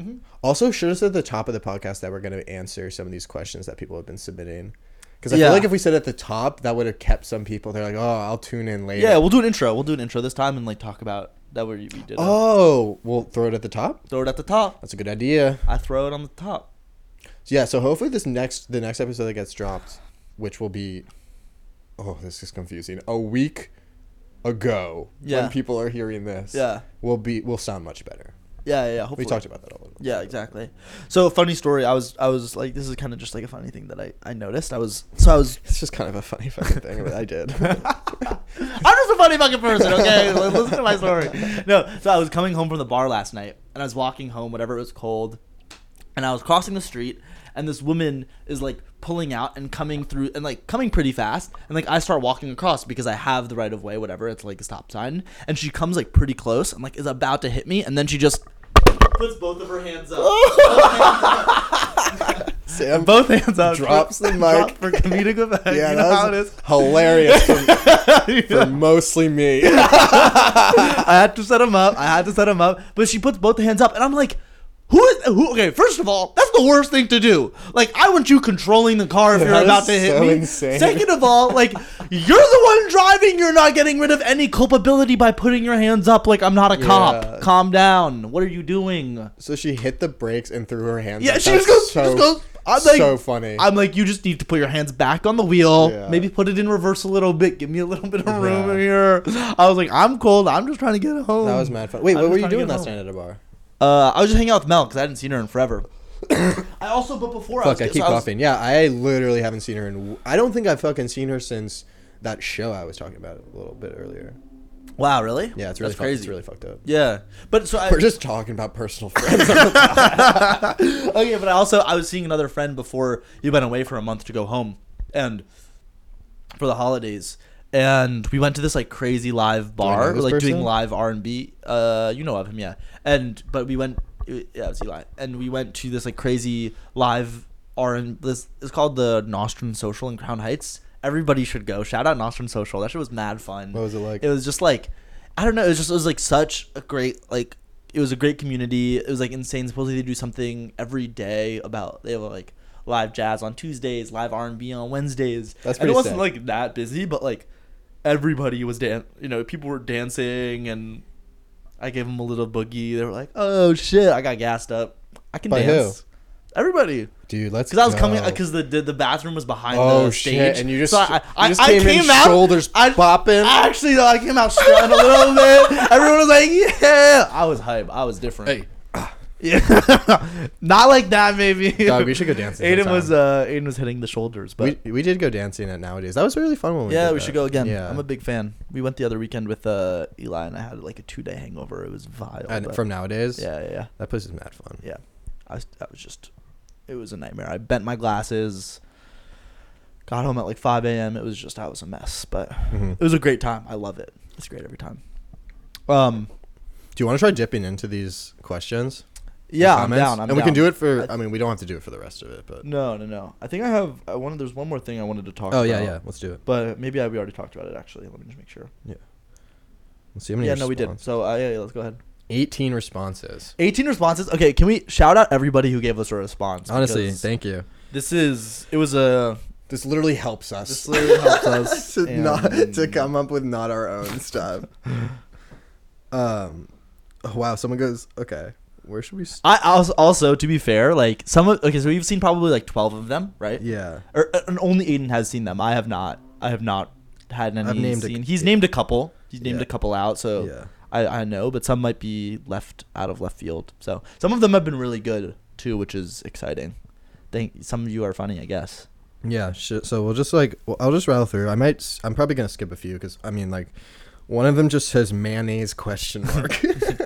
Mhm.
Also, should have said at the top of the podcast that we're going to answer some of these questions that people have been submitting. Because I
Yeah.
feel like if we said at the top, that would have kept some people. They're like, oh, I'll tune in later.
Yeah, we'll do an intro. We'll do an intro this time and like talk about that where you we did. it.
oh, we'll throw it at the top.
Throw it at the top.
That's a good idea.
I throw it on the top.
So, yeah. So hopefully this next the next episode that gets dropped, which will be, oh, this is confusing. A week ago,
Yeah.
when people are hearing this,
Yeah.
will be will sound much better.
Yeah, yeah. yeah, Hopefully.
We talked about that a little.
Yeah, exactly. So funny story. I was I was like this is kind of just like a funny thing that I I noticed. I was so I was
It's just kind of a funny fucking thing, but I did.
I'm just a funny fucking person, okay? Like, Listen to my story. No, so I was coming home from the bar last night, and I was walking home, whatever it was cold, and I was crossing the street, and this woman is like pulling out and coming through, and like coming pretty fast, and like I start walking across because I have the right of way, whatever. It's like a stop sign, and she comes like pretty close, and like is about to hit me, and then she just puts both of her hands up.
Sam,
both hands up.
Drops the
drop
mic.
for comedic effect.
yeah,
you know how
that
it
was
is.
hilarious for, for mostly me. yeah,
I had to set him up. I had to set him up. But she puts both hands up, and I'm like, who is who? Okay, first of all, that's the worst thing to do. Like, I want you controlling the car if
That
you're
is
about to hit
so
me.
insane.
Second of all, like, you're the one driving. You're not getting rid of any culpability by putting your hands up. Like, I'm not a
Yeah.
cop. Calm down. What are you doing?
so she hit the brakes and threw her hands.
Yeah,
up.
she
That's
just goes,
So,
just goes. I'm like,
so funny.
I'm like, you just need to put your hands back on the wheel.
Yeah.
Maybe put it in reverse a little bit. Give me a little bit of room
Yeah.
here. I was like, I'm cold. I'm just trying to get home.
that was mad fun. Wait,
I'm
what
just
were you
trying to
doing
get
last
home.
night at a bar?
Uh, I was just hanging out with Mel because I hadn't seen her in forever. I also, but before I was,
Fuck, I
so
keep
was-
coughing. Yeah, I literally haven't seen her in. w- I don't think I've fucking seen her since that show I was talking about a little bit earlier.
Wow, really?
Yeah, it's really
That's
fuck-
crazy.
It's really fucked up.
yeah, but so I,
We're just talking about personal friends.
oh yeah, but I also I was seeing another friend before you went away for a month to go home, and for the holidays, and we went to this like crazy live bar,
this
like doing
person?
live R and B. Uh, you know of him, yeah. And but we went, uh, yeah, it's Eli, and we went to this like crazy live R and this. It's called the Nostrum Social in Crown Heights. Everybody should go. Shout out Nostrum Social. That shit was mad fun.
What was it like?
It was just like, I don't know. It was just it was like such a great like. It was a great community. It was like insane. Supposedly they do something every day about they have like live jazz on Tuesdays, live R and B on Wednesdays.
That's
and it
pretty
wasn't
sick.
like that busy, but like everybody was dan. You know, people were dancing, and I gave them a little boogie. They were like, "Oh shit, I got gassed up. I can
By who?
dance." Everybody.
Dude, let's.
Because I was
go.
coming, uh, because the, the the bathroom was behind
Oh
the
shit!
stage,
And you just,
So
you just came, in shoulders
I-
popping.
Actually, though, I came out sweating a little bit. Everyone was like, "Yeah!" I was hype. I was different.
hey,
Yeah, not like that, maybe.
Dog, we should go dancing
Aiden
sometime.
was uh, Aiden was hitting the shoulders, but
we, we did go dancing at nowadays. That was really fun when we.
yeah,
did
we
that.
should go again.
Yeah,
I'm a big fan. We went the other weekend with uh, Eli, and I had like a two day hangover. It was vile.
And
but-
from nowadays,
yeah, yeah, yeah,
that place is mad fun.
yeah. I was, I was just, it was a nightmare. I bent my glasses. Got home at like 5 a.m. It was just I was a mess, but
Mhm.
it was a great time. I love it. It's great every time. Um,
Do you want to try dipping into these questions? and
Yeah, I'm
comments?
down. I'm
and we can
down.
do it for.
I-
I mean, we don't have to do it for the rest of it, but.
No, no, no. I think I have. I wanted. There's one more thing I wanted to talk.
Oh
about,
yeah, yeah. Let's do it.
But maybe I, we already talked about it. Actually, let me just make sure.
Yeah. Let's see how many.
yeah, no, we did.
response-
So uh, yeah, yeah, let's go ahead.
Eighteen responses.
18 responses. Okay, can we shout out everybody who gave us a response?
Honestly,
because
thank you.
this is. It was a.
This literally helps us.
This literally helps us.
to not to
and-
come up with not our own stuff. um, oh, wow. Someone goes, okay. Where should we? St-
I also, also to be fair, like some of okay, so we've seen probably like 12 of them, right?
yeah.
Or uh, and only Aiden has seen them. I have not. I have not had any.
I've named a-
seen. He's named a couple. He's named
Yeah.
a couple out. So
Yeah.
I, I know, but some might be left out of left field. So some of them have been really good too, which is exciting. Thank some of you are funny, I guess.
Yeah. Sh- so we'll just like well, I'll just rattle through. I might. s- I'm probably gonna skip a few because I mean like. One of them just says mayonnaise question mark,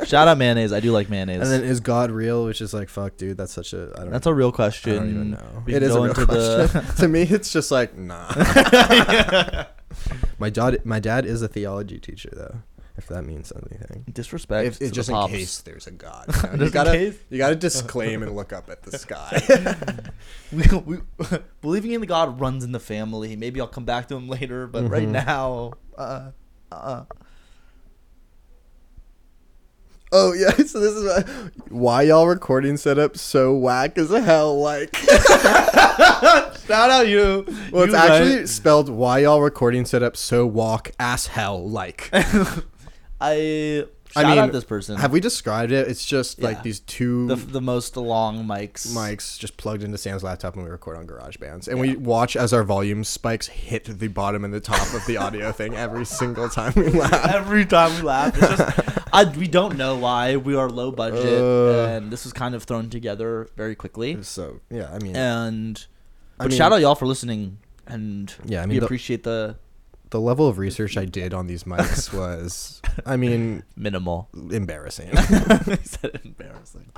Shout out mayonnaise. I do like mayonnaise.
and then is God real? Which is like fuck, dude. That's such a I don't.
That's a real
I
question.
don't even know.
We
It
can
is a
go
real
into the-
question. to me, it's just like nah. my dad, my dad is a theology teacher though, if that means anything.
disrespect.
If,
to
it's
the
just in
pops.
case there's a god,
Just
you, know?
in
you gotta
case?
you gotta disclaim and look up at the sky.
we, we, believing in the God runs in the family. Maybe I'll come back to him later, but right
Mhm.
now, uh, uh,
oh yeah, so this is why, why y'all recording setup so whack as hell. Like,
shout out you.
well, it's
uh. You
actually
guys-
spelled why y'all recording setup so walk ass hell. Like,
I
I
shout
mean,
out this person.
have we described it? It's just
Yeah.
like these two
the, the most long mics.
mics just plugged into Sam's laptop and we record on Garage Bands. And we watch as our volume spikes hit the bottom and the top of the audio thing every single time we laugh.
Every time we laugh, it's just I, we don't know why we are low budget,
Uh.
and this was kind of thrown together very quickly.
So yeah, I mean
And
I
but
mean-
shout out y'all for listening, and
Yeah, I
we
mean, the-
appreciate the
the level of research I did on these mics was I mean
minimal.
embarrassing.
I said embarrassing.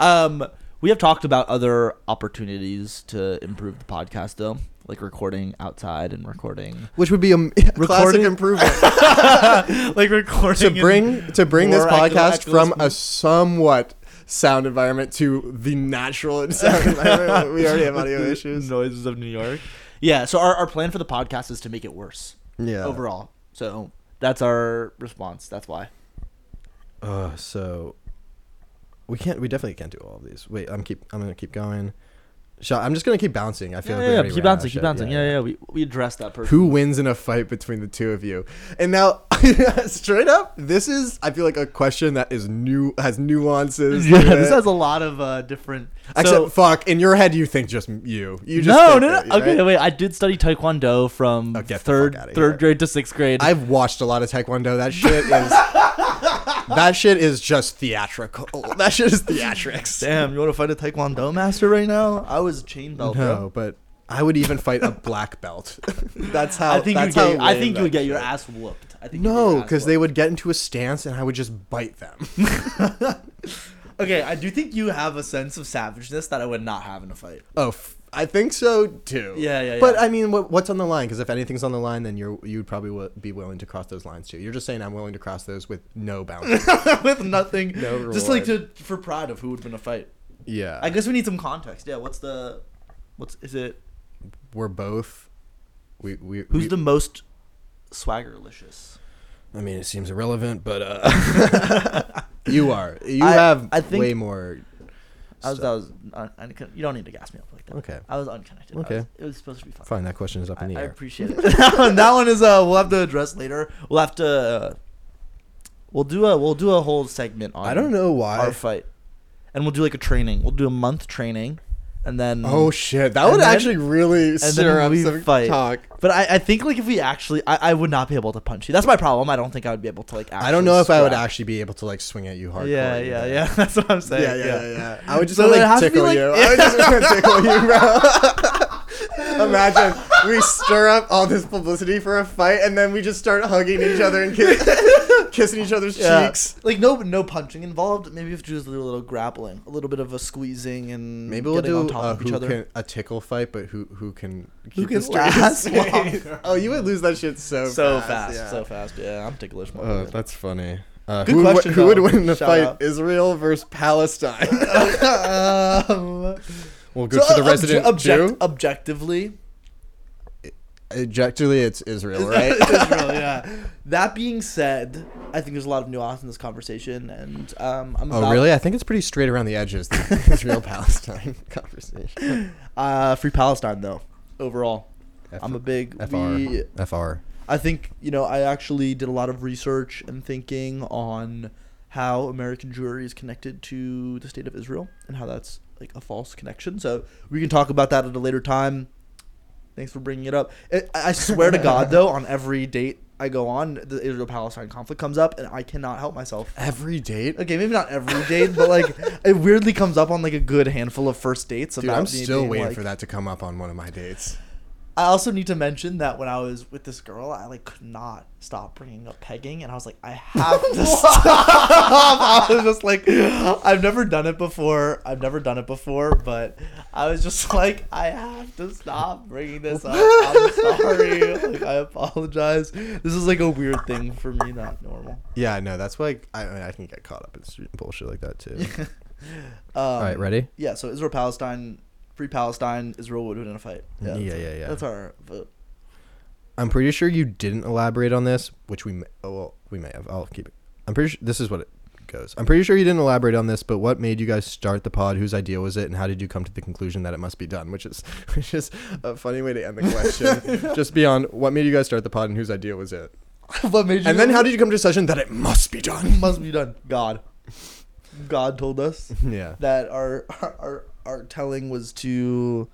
Um, we have talked about other opportunities to improve the podcast, though, like recording outside and recording,
Which would be a m- classic
Recording-
improvement
like recording
to bring to bring this
More echo-
podcast from a
echoes.
somewhat sound environment to the natural sound environment. We already have audio issues.
noises of New York. Yeah, so our, our plan for the podcast is to make it worse
Yeah.
overall. So that's our response. That's why.
Uh, so we can't. We definitely can't do all of these. Wait, I'm keep. I'm gonna keep going. Shall, I'm just gonna keep bouncing. I feel like we already
Keep
ran out of
bouncing, keep
shit.
bouncing. Yeah, yeah. We we addressed that person.
Who wins in a fight between the two of you? And now, straight up, this is. I feel like a question that is new has nuances. to
Yeah, this
it.
has a lot of uh, different.
Except,
so-
fuck. In your head, you think just you. You just
no,
think
no, no.
that,
Okay,
right?
wait. I did study Taekwondo from
Oh, get the
third
fuck outta
third
here.
grade to sixth grade.
I've watched a lot of taekwondo. That shit is. that shit is just theatrical. That shit is theatrics.
Damn, you want to fight a Taekwondo master right now? I was chain belt.
No, but I would even fight a black belt. that's how.
I think you
that's
get.
how
I
lame
think you
that
would get your
shit-
ass whooped. I think
No, because they would get into a stance and I would just bite them.
Okay, I do think you have a sense of savageness that I would not have in a fight.
oh, f- I think so too.
Yeah, yeah,
But
yeah.
I mean, what, what's on the line? Because if anything's on the line, then you're you'd probably w- be willing to cross those lines too. You're just saying I'm willing to cross those with no boundaries.
With nothing,
No
just like to for pride of who would win a fight.
yeah,
I guess we need some context. Yeah, what's the, what's is it?
we're both. We we
Who's
we-
the most swaggerlicious?
I mean, it seems irrelevant, but uh, you are. You
I-
have
I think-
way more.
I was,
stuff.
that was un- uncon- you don't need to gas me up like that.
Okay.
I was unconnected. I
Okay.
was- it was supposed to be fun.
Fine, that question is up
I,
in the
I
air.
appreciate it. that one that one is uh, we'll have to address later. We'll have to. Uh, we'll do a we'll do a whole segment on.
I don't know why.
our fight, and we'll do like a training. We'll do a month training, and then
Oh shit, that
And
would
then-
actually really stir
then
up
we
some
fight.
talk.
But I, I think like if we actually, I, I would not be able to punch you. That's my problem. I don't think I would be able to like. Actually
I don't know if I would
scrap.
actually be able to like swing at you hard.
Yeah, yeah, yeah. That's what I'm saying.
Yeah, yeah, yeah, yeah. I would just
So
wanna,
it has
like
to be,
tickle
like-
you. I would just want to tickle you, bro. Imagine we stir up all this publicity for a fight, and then we just start hugging each other and kiss- kissing each other's
Yeah.
cheeks.
Like no, no punching involved. Maybe if just do a little grappling, a little bit of a squeezing, and
Maybe we'll
getting
do
on top
a,
of each
who
other.
can, a tickle fight, but who who can
Who
keep
can
the straightest
last
face.
longer?
Oh, you would lose that shit so
so fast,
fast,
so fast. Yeah, I'm ticklish.
yeah.
motherfucker.
that's funny. Uh,
Good
who would-
question,
who would
though.
win in a
Shout
fight?
out.
Israel versus Palestine.
um, uh,
we'll go to the
obje-
resident
object-
Jew.
objectively,
Objectively, it's Israel, right?
It's Israel, yeah. That being said, I think there's a lot of nuance in this conversation, and um, I'm
Oh,
about-
really? I think it's pretty straight around the edges. The Israel Palestine conversation.
Uh, free Palestine, though. Overall, I'm a big.
FR.
we-
FR.
I think you know. I actually did a lot of research and thinking on how American Jewry is connected to the state of Israel and how that's like a false connection. So we can talk about that at a later time. Thanks for bringing it up. I I swear to God, though, on every date I go on, the Israel Palestine conflict comes up, and I cannot help myself.
Every date.
Okay, maybe not every date, but like it weirdly comes up on like a good handful of first dates.
Dude,
about
I'm
me
still
being,
waiting
like-
for that to come up on one of my dates.
I also need to mention that when I was with this girl, I like could not stop bringing up pegging, and I was like, I have to stop. I was just like, I've never done it before. I've never done it before, but I was just like, I have to stop bringing this up. I'm sorry. Like, I apologize. This is like a weird thing for me, not normal.
Yeah, no, that's why I, I, mean, I can get caught up in stupid bullshit like that too.
Um,
All right, ready?
Yeah, so Israel Palestine, free Palestine, Israel would win in a fight. Yeah,
Yeah,
that's
yeah,
our-
yeah.
That's our vote.
I'm pretty sure you didn't elaborate on this, which we may, oh, well, we may have. I'll keep it. I'm pretty sure this is what it goes. I'm pretty sure you didn't elaborate on this, but what made you guys start the pod? Whose idea was it, and how did you come to the conclusion that it must be done? Which is, which is a funny way to end the question. Just beyond what made you guys start the pod, and whose idea was it?
what made
And then how did you come to the session that it must be done?
must be done. God, God told us
Yeah.
that our our our telling was to.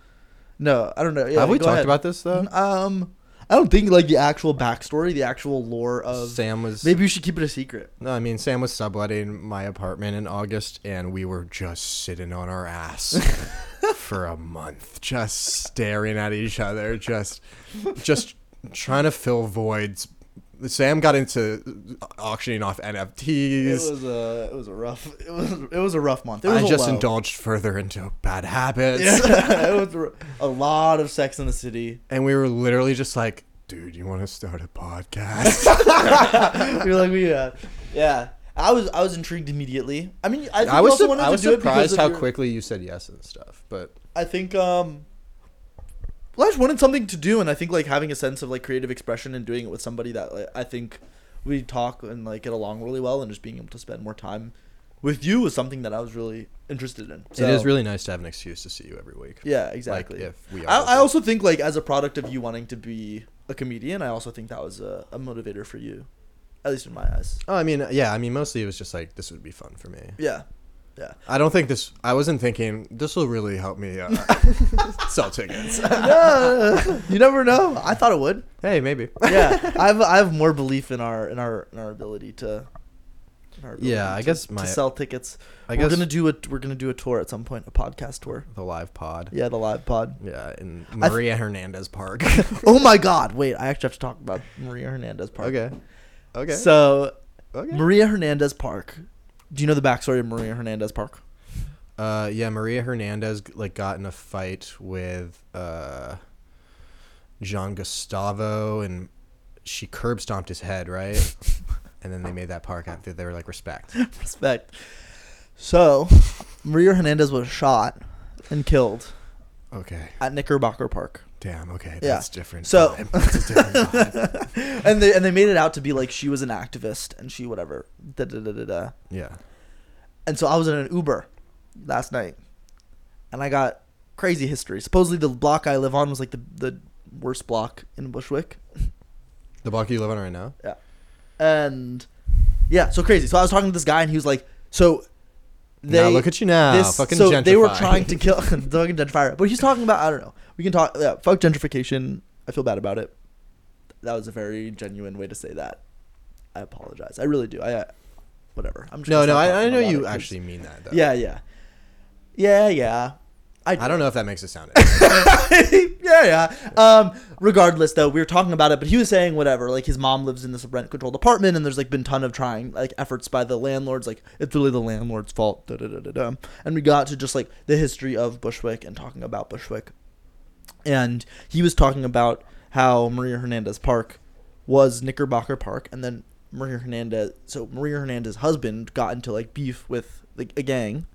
No, I don't know. Yeah,
have we
go
talked
ahead.
about this though?
Um, I don't think like the actual backstory, the actual lore of.
Sam was
Maybe you should keep it a secret.
No, I mean Sam was subletting my apartment in August, and we were just sitting on our ass for a month, just staring at each other, just just trying to fill voids. Sam got into auctioning off
It
NFTs.
was a it was a rough it was it was a rough month. It was
I
a
just
low.
indulged further into bad habits,
Yeah, it was a lot of sex in the city.
and we were literally just like, "Dude, you want to start a podcast?"
You're like we uh, yeah. I was I was intrigued immediately. I mean, I, think
I
we
was
also
su-
wanted
I
to
was
do it because
surprised
of
how
your-
quickly you said yes and stuff, but
I think um well, I just wanted something to do and I think like having a sense of like creative expression and doing it with somebody that like, I think we talk and like get along really well and just being able to spend more time with you was something that I was really interested in. So,
it is really nice to have an excuse to see you every week.
Yeah, exactly.
Like if we are
I, I
both-
also think like as a product of you wanting to be a comedian, I also think that was a, a motivator for you. At least in my eyes.
Oh, I mean, yeah. I mean, mostly it was just like this would be fun for me.
Yeah. Yeah.
I don't think this. I wasn't thinking this will really help me uh, sell tickets.
No, you never know. I thought it would.
Hey, maybe.
yeah, I have I have more belief in our in our in our ability to Or
Yeah,
to-
I guess my-
to sell tickets.
I
we're
guess
gonna do a we're gonna do a tour at some point, a podcast tour.
the live pod.
Yeah, the live pod.
Yeah, in
I th-
Maria Hernandez Park.
oh my God! Wait, I actually have to talk about Maria Hernandez Park.
okay. Okay.
So
okay.
Maria Hernandez Park. Do you know the backstory of Maria Hernandez Park?
Uh, yeah, Maria Hernandez like got in a fight with uh, John Gustavo, and she curb stomped his head, right? and then they made that park after they were like respect.
Respect. So Maria Hernandez was shot and killed
Okay,
at Knickerbocker Park.
damn. Okay,
Yeah.
that's different.
So-
vibe. That's a different vibe.
and they and they made it out to be like she was an activist and she whatever da da da da da.
yeah.
And so I was in an Uber last night, and I got crazy history. Supposedly the block I live on was like the the worst block in Bushwick,
The block you live on right now.
and yeah, so crazy. So I was talking to this guy and he was like, so. They,
now look at you now.
this-
fucking
so they were
gentrified.
trying to kill fucking gentrifier, but he's talking about I don't know. We can talk. Yeah, fuck gentrification. I feel bad about it. That was a very genuine way to say that. I apologize. I really do. I uh, whatever. I'm just gonna
No, no,
stop
I, I
talking
know
about it
you
'cause-
actually mean that. Though.
Yeah, yeah, yeah, yeah.
I don't know if that makes it sound.
yeah, yeah. Um, regardless, though, we were talking about it, but he was saying whatever. Like his mom lives in this rent-controlled apartment, and there's like been ton of trying like efforts by the landlords. Like it's really the landlord's fault. Da da da da da. And we got to just like the history of Bushwick and talking about Bushwick, and he was talking about how Maria Hernandez Park was Knickerbocker Park, and then Maria Hernandez. So Maria Hernandez's husband got into like beef with like a gang,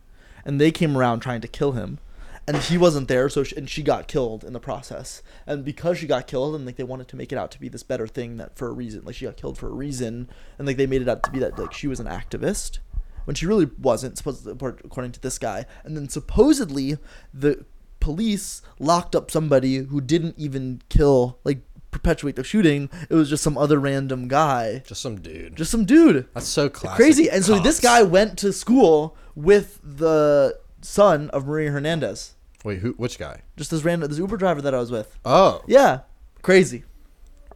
and they came around trying to kill him, and he wasn't there. So she, and she got killed in the process, and because she got killed, and like they wanted to make it out to be this better thing that for a reason, like she got killed for a reason, and like they made it out to be that like she was an activist. When she really wasn't, supposedly, according to this guy. And then supposedly, the police locked up somebody who didn't even kill, like perpetuate the shooting. It was just some other random guy,
Just some dude.
just some dude,
that's so classic.
crazy. And so this
cops.
guy went to school with the son of Maria Hernandez,
Wait, who? Which guy?
just this random this Uber driver that I was with.
Oh,
Yeah, crazy.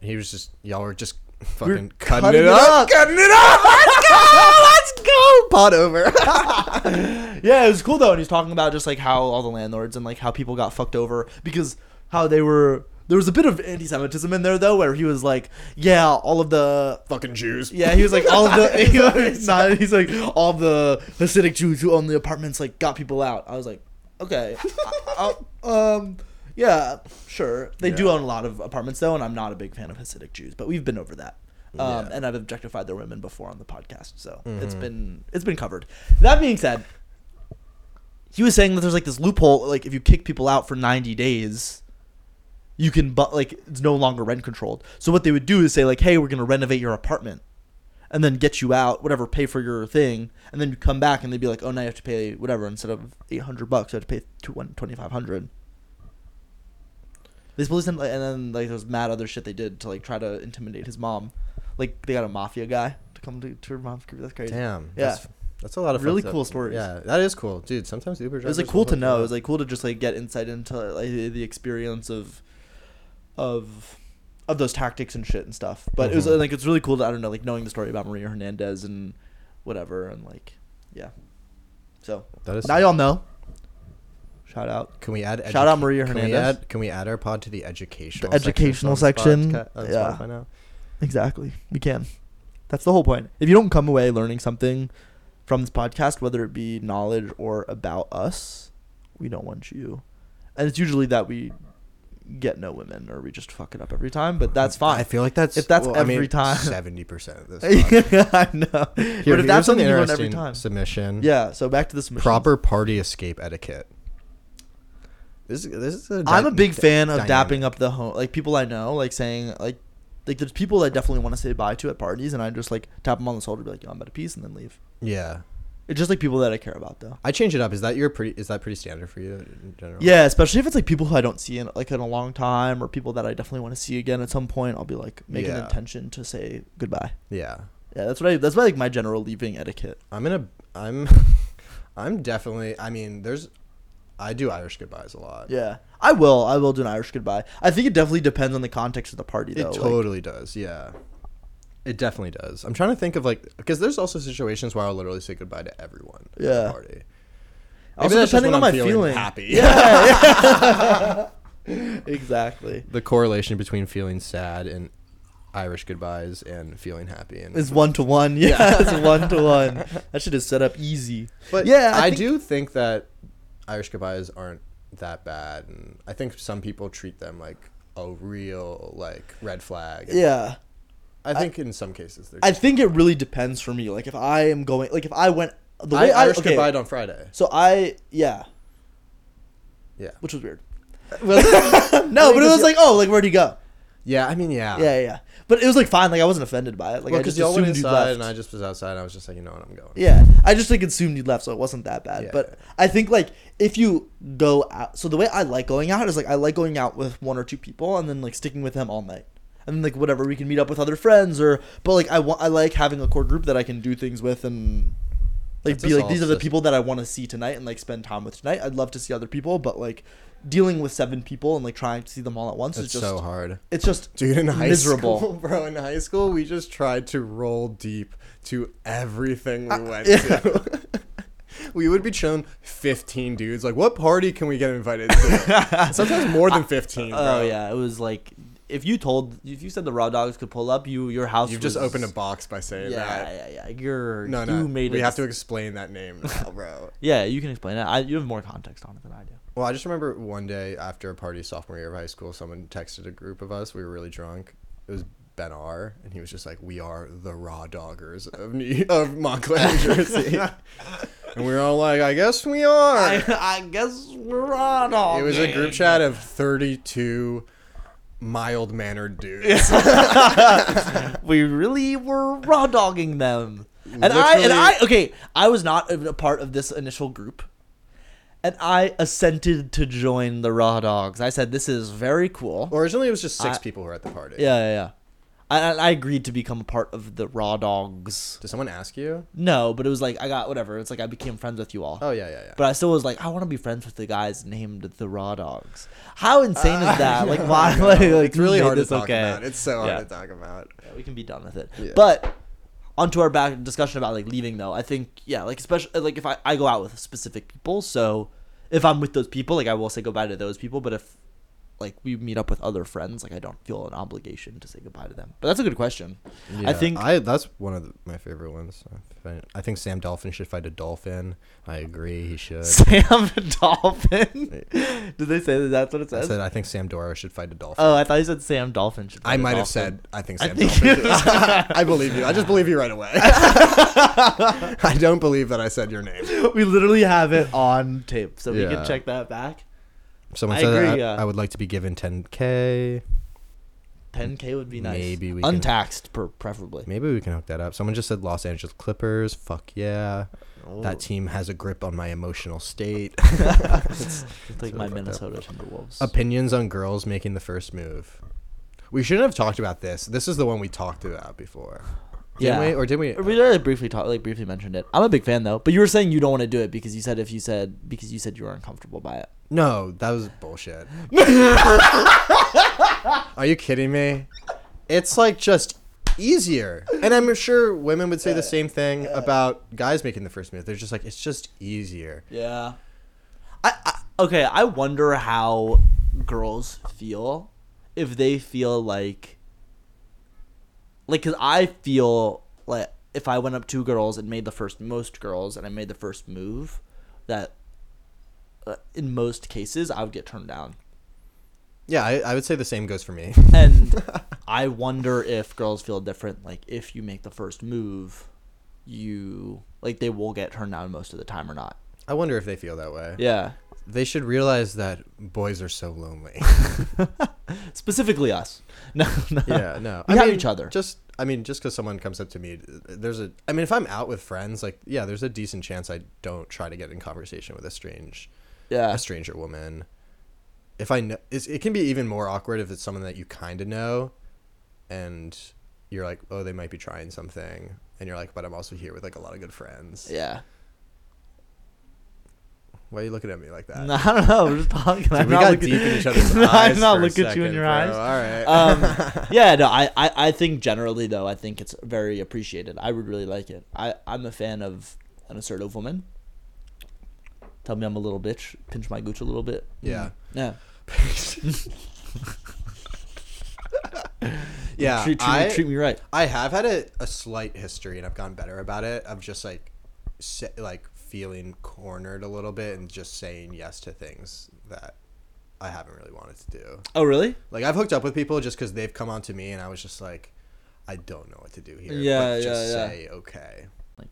he was just y'all were just
We were
fucking cutting, it, up.
cutting it up. Let's go, Oh, let's go. Pot over. yeah, it was cool though, and he's talking about just like how all the landlords and like how people got fucked over because how they were. There was a bit of anti-Semitism in there though, where he was like, "Yeah, all of the
Fucking Jews.
Yeah, he was like all of the. He was not, he's like all the Hasidic Jews who own the apartments like got people out. I was like, okay, I- I- um, yeah, sure. They do
Yeah.
own a lot of apartments though, and I'm not a big fan of Hasidic Jews, but we've been over that. Um,
Yeah.
and I've objectified their women before on the podcast, so it's been it's been covered. That being said, he was saying that there's like this loophole, like if you kick people out for 90 days, you can but like it's no longer rent controlled. So what they would do is say like, "Hey, we're going to renovate your apartment." And then get you out, whatever, pay for your thing, and then you come back and they'd be like, "Oh, now you have to pay whatever instead of 800 bucks, you have to pay two- one- 2500." They supposedly sent, like, and then like there was mad other shit they did to like try to intimidate his mom. Like they got a mafia guy to come to, to her mom's crib. That's crazy.
Damn.
Yeah.
That's, that's a lot of
Really
fucked up-
cool stories.
Yeah, that is cool, dude. Sometimes Uber
it was
drivers.
like cool
will
to
hook
know.
you
It was
up.
like cool to just like get insight into like the the experience of of of those tactics and shit and stuff. But it was
Mhm.
like it's really cool to I don't know like knowing the story about Maria Hernandez and whatever and like yeah. So
that is.
now y'all know. Shout out
Can we add?
Shout out Maria
can we
Hernandez.
add- Can we add our pod to the educational?
The educational section,
Spotka- on
yeah.
Spotify now?
exactly. We can. That's the whole point. If you don't come away learning something from this podcast, whether it be knowledge or about us, we don't want you. And it's usually that we get no women or we just fuck it up every time, but that's fine.
I feel like that's
If that's every time.
Seventy percent of this. pod.
I know.
Here-
but if that's
here's an
something you learn every
interesting
time.
Submission.
Yeah, so back to this
Proper party escape etiquette. This is this is. A
I'm a
dy-
big fan of
dynamic.
dapping up the home, like people I know, like saying like, like there's people I definitely want to say bye to at parties, and I just like tap them on the shoulder, be like, "Yo, I'm at a peace," and then leave.
Yeah.
It's just like people that I care about, though.
I change it up. Is that your pretty? Is that pretty standard for you in general?
Yeah, especially if it's like people who I don't see in like in a long time, or people that I definitely want to see again at some point. I'll be like, make an
Yeah.
intention to say goodbye.
Yeah.
Yeah, that's what I. That's my, like my general leaving etiquette.
I'm in a. I'm. I'm definitely. I mean, there's. I do Irish goodbyes a lot.
Yeah, I will. I will do an Irish goodbye. I think it definitely depends on the context of the party,
It
though. like-
totally does. Yeah. It definitely does. I'm trying to think of like because there's also situations where I'll literally say goodbye to everyone at
Yeah.
the party.
Also,
that's just
depending
when
on
I'm
my
feeling
feeling.
happy.
Yeah. yeah. exactly.
The correlation between feeling sad and Irish goodbyes and feeling happy and
It's one to one. Yeah, it's one to one. That shit is set up easy.
But
Yeah,
yeah,
I
I,
think-
do think that Irish goodbyes aren't that bad, and I think some people treat them like a real like red flag. and
Yeah.
I think in some cases they're.
I
Just,
think it really depends for me. Like if I am going, like if I went the
I,
way I,
Irish
okay,
goodbye on Friday.
So I yeah,
Yeah.
which was weird.
I
no,
think
but it
it's
was
your-
like oh, like where'd you go?
Yeah, I mean, yeah,
Yeah, yeah. yeah. But it was like fine. Like I wasn't offended by it. Like
Like, well,
I just
because y'all went
assumed you
inside,
left.
and I just was outside. and I was just like, you know what, I'm going.
Yeah, I just like assumed you'd left, so it wasn't that bad.
Yeah.
But I think like if you go out, so the way I like going out is like I like going out with one or two people and then like sticking with them all night, and then like whatever we can meet up with other friends or. But like I want, I like having a core group that I can do things with and like
That's a
be like
solid
these are the
system.
people that I want to see tonight and like spend time with tonight. I'd love to see other people, but like dealing with seven people and like trying to see them all at once
It's
is just
so hard.
it's just
Dude, in high
miserable.
school, bro, in high school, we just tried to roll deep to everything we went
yeah.
to. we would be shown 15 dudes. Like, what party can we get invited to? Sometimes more than 15. Bro.
Oh yeah, it was like if you told if you said the raw dogs could pull up, you your house.
You've just
was-
opened a box by saying
Yeah,
that.
yeah, yeah. You're
No,
no,
no.
You made
we
it.
have to explain that name now, bro.
Yeah, you can explain that. I, you have more context on it than I do.
Well, I just remember one day after a party sophomore year of high school, someone texted a group of us. We were really drunk. It was Ben R, and he was just like, "We are the raw doggers of New- of Montclair, New Jersey," and we were all like, "I guess we are."
I guess we're on all.
It was a group chat of thirty-two mild mannered dudes.
we really were raw dogging them. And I and I okay, I was not a part of this initial group. And I assented to join the raw dogs. I said this is very cool.
Originally, it was just six
I-
people who were at the party.
Yeah, yeah, yeah. I, I- I agreed to become a part of the Raw Dogs.
Did someone ask you?
No, but it was like I got whatever. It's like I became friends with you all.
Oh yeah, yeah, yeah.
But I still was like, I want to be friends with the guys named the Raw Dogs. How insane
Uh,
is that? Like, why?
No,
Like, like,
it's
who
really
made
hard to
this
talk
okay?
about. It's so hard
Yeah.
to talk about.
Yeah, we can be done with it.
Yeah.
But onto our back discussion about like leaving though. I think yeah, like especially uh, like if I, I go out with specific people, so if I'm with those people, like I will say goodbye to those people. But if like we meet up with other friends, like I don't feel an obligation to say goodbye to them. But that's a good question. I
Yeah,
think
I that's one of the, my favorite ones. I- I think Sam Dolphin should fight a dolphin. I agree, he should.
Sam Dolphin. Did they say that? That's what it
I
says.
said I think Sam Dora should fight a dolphin.
oh, I thought you said Sam Dolphin. Should
I
play
might have
Dolphin.
said I think
I
Sam
think
Dolphin.
you-
should. I believe you. I just believe you right away. I don't believe that I said your name.
we literally have it on tape, so we
Yeah.
can check that back.
Someone
I
said
agree,
I,
yeah.
I would like to be given 10k.
10k would be nice.
Maybe we can-
untaxed, per- preferably.
Maybe we can hook that up. Someone just said Los Angeles Clippers. Fuck yeah. That team has a grip on my emotional state.
It's like
really
my
fucked up.
Minnesota Timberwolves.
Opinions on girls making the first move. We shouldn't have talked about this. This is the one we talked about before. Didn't
Yeah.
we? Or did we?
we already briefly talked, like briefly mentioned it. I'm a big fan though, but you were saying you don't want to do it because you said if you said because you said you were uncomfortable by it.
No, that was bullshit. Are you kidding me? It's like just easier. And I'm sure women would say the same thing about guys making the first move. They're just like, it's just easier.
Yeah. I, I okay. I wonder how girls feel if they feel like like because I feel like if I went up to girls and made the first most girls and I made the first move, that uh, in most cases I would get turned down.
Yeah, I, I would say the same goes for me.
and I wonder if girls feel different. Like if you make the first move, you like they will get turned down most of the time or not.
I wonder if they feel that way.
Yeah,
They should realize that boys are so lonely.
specifically us. No, no.
yeah, no.
We have each other.
Just, I mean, just because someone comes up to me, there's a. I mean, if I'm out with friends, like, yeah, there's a decent chance I don't try to get in conversation with a strange,
yeah,
a stranger woman. If I know, it's, it can be even more awkward if it's someone that you kind of know, and you're like, oh, they might be trying something, and you're like, but I'm also here with like a lot of good friends.
yeah.
Why are you looking at me like that?
No, I don't know. We're just talking.
Dude,
I'm
we
not
got
looking-
deep in each other's
No,
eyes.
I'm not
for a
looking at you in
second,
your
bro.
eyes.
All right.
Um, yeah, no, I, I, I think generally though, I think it's very appreciated. I would really like it. I, I'm a fan of an assertive woman. Tell me I'm a little bitch. Pinch my gooch a little bit. Mm.
yeah.
Yeah.
Yeah.
Treat, treat,
I,
me, treat me right.
I have had a, a slight history and I've gotten better about it of just like sa- like feeling cornered a little bit and just saying yes to things that I haven't really wanted to do.
Oh really?
Like I've hooked up with people just because they've come on to me and I was just like, I don't know what to do here.
Yeah,
but just
yeah, yeah.
say okay.
Like-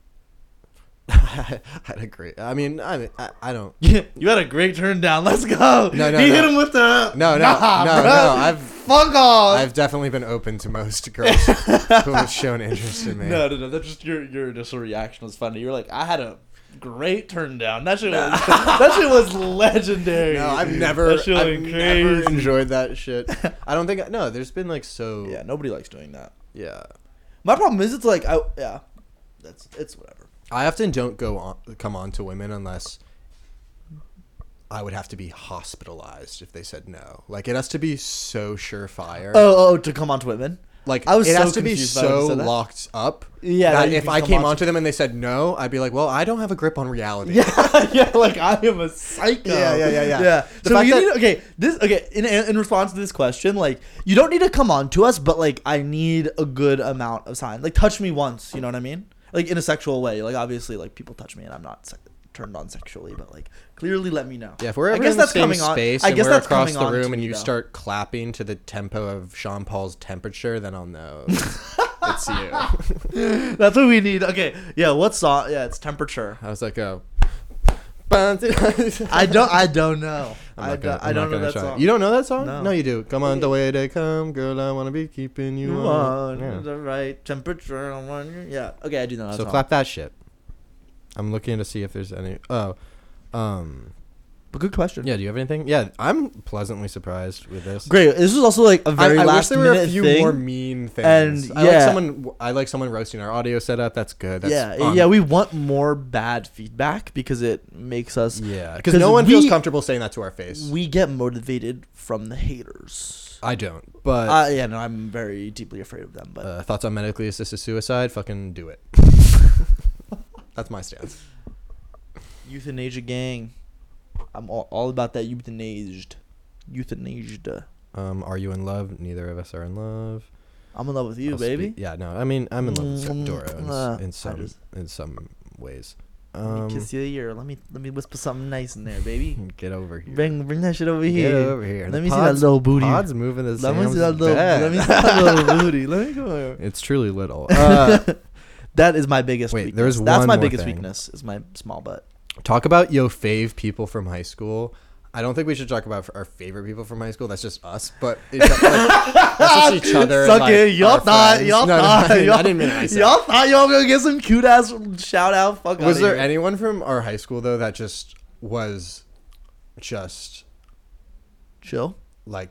I'd agree. I mean, I mean, I, I don't.
you had a great turn down. Let's go.
No, no, He no. hit him
with the
No, no, no, no. I've
fuck off.
I've definitely been open to most girls who have shown interest in me.
No, no, no. That's just your your initial reaction was funny. You were like, I had a great turn down. That shit was that shit was legendary.
No, I've never,
That shit
I've
was
never
crazy.
enjoyed that shit. I don't think. No, there's been like so.
Yeah,
Yeah.
nobody likes doing that. My problem is it's like I yeah, that's it's whatever.
I often don't go on, come on to women unless I would have to be hospitalized if they said no. Like it has to be so surefire.
Oh, oh, to come on to women.
like
I was
it
so
has to be
confused by when you
so
said that.
locked up.
Yeah,
that
that you
if
can
I
come
came
on
onto them and they said no, I'd be like, well, I don't have a grip on reality.
Yeah, yeah, like I am a psycho.
Yeah, yeah, yeah, yeah.
Yeah.
The
so
fact
you
that-
need okay, this okay, in in response to this question, like you don't need to come on to us, but like I need a good amount of sign. Like touch me once, you know what I mean? Like in a sexual way. Like obviously like people touch me and I'm not se- turned on sexually, but like clearly let me know.
Yeah, if we're
I
ever
guess
in the
that's
same
coming on-
space
I
and
guess
we're
that's
across
coming
the
on to
room and
me,
you
though.
start clapping to the tempo of Sean Paul's temperature, then I'll know it's you. I
That's what we need. Okay. Yeah, what's song? Yeah, it's temperature.
was like, oh.
I
I
don't I don't know.
I'm
I don't, I
not gonna- I'm not
don't know
gonna
that
try.
song.
You don't know that song?
No.
No, you do. Come on, the way they come, girl. I wanna be keeping you,
You
on.
want
Yeah.
the right temperature. I want you- Yeah. Okay, I do know that
So
song.
clap that shit. I'm looking to see if there's any. Oh, um,
But good question.
yeah. Do you have anything? Yeah, I'm pleasantly surprised with this.
Great. This was also like a very
I, I
last
wish there were
minute
a few
thing.
more mean things.
And,
I like
yeah.
someone. I like someone roasting our audio setup. That's good. That's
yeah,
fun.
yeah. We want more bad feedback because it makes us.
yeah. Because
'Cause
no one feels
we-
comfortable saying that to our face.
We get motivated from the haters.
I don't. But
Uh, yeah, no, I'm very deeply afraid of them. But
uh, thoughts on medically assisted suicide? Fucking do it. That's my stance.
euthanasia gang, I'm all, all about that euthanased, euthanased.
Um, are you in love? Neither of us are in love.
I'm in love with you,
I'll speak-
baby.
yeah. No. I mean, I'm in love with
Mm,
Dora in,
uh,
s-
I
in some
just-
in some ways.
let
Um,
me kiss you ear. Let me let me whisper something nice in there, baby.
Get over here.
Bring bring that shit over
Get
here.
over here.
Let
The
me see that
pod's-
little booty.
Pod's moving the
Let me see that
Sam's
little.
bed.
Let me see that little booty. Let me go. Here.
It's truly little. Uh,
That is my biggest.
Wait,
weakness.
there is
That's
one
my
more
biggest
thing.
weakness. Is my small butt.
talk about your fave people from high school. I don't think we should talk about our favorite people from high school. That's just us, but it's like, that's just each other. and,
Suck
like,
it, y'all
our
thought,
friends.
y'all
No, no,
thought,
I, didn't-
y'all,
I didn't mean it. myself.
y'all thought y'all gonna get some cute ass shout out. Fuck.
Was
outta
there
here.
anyone from our high school though that just was just
chill?
like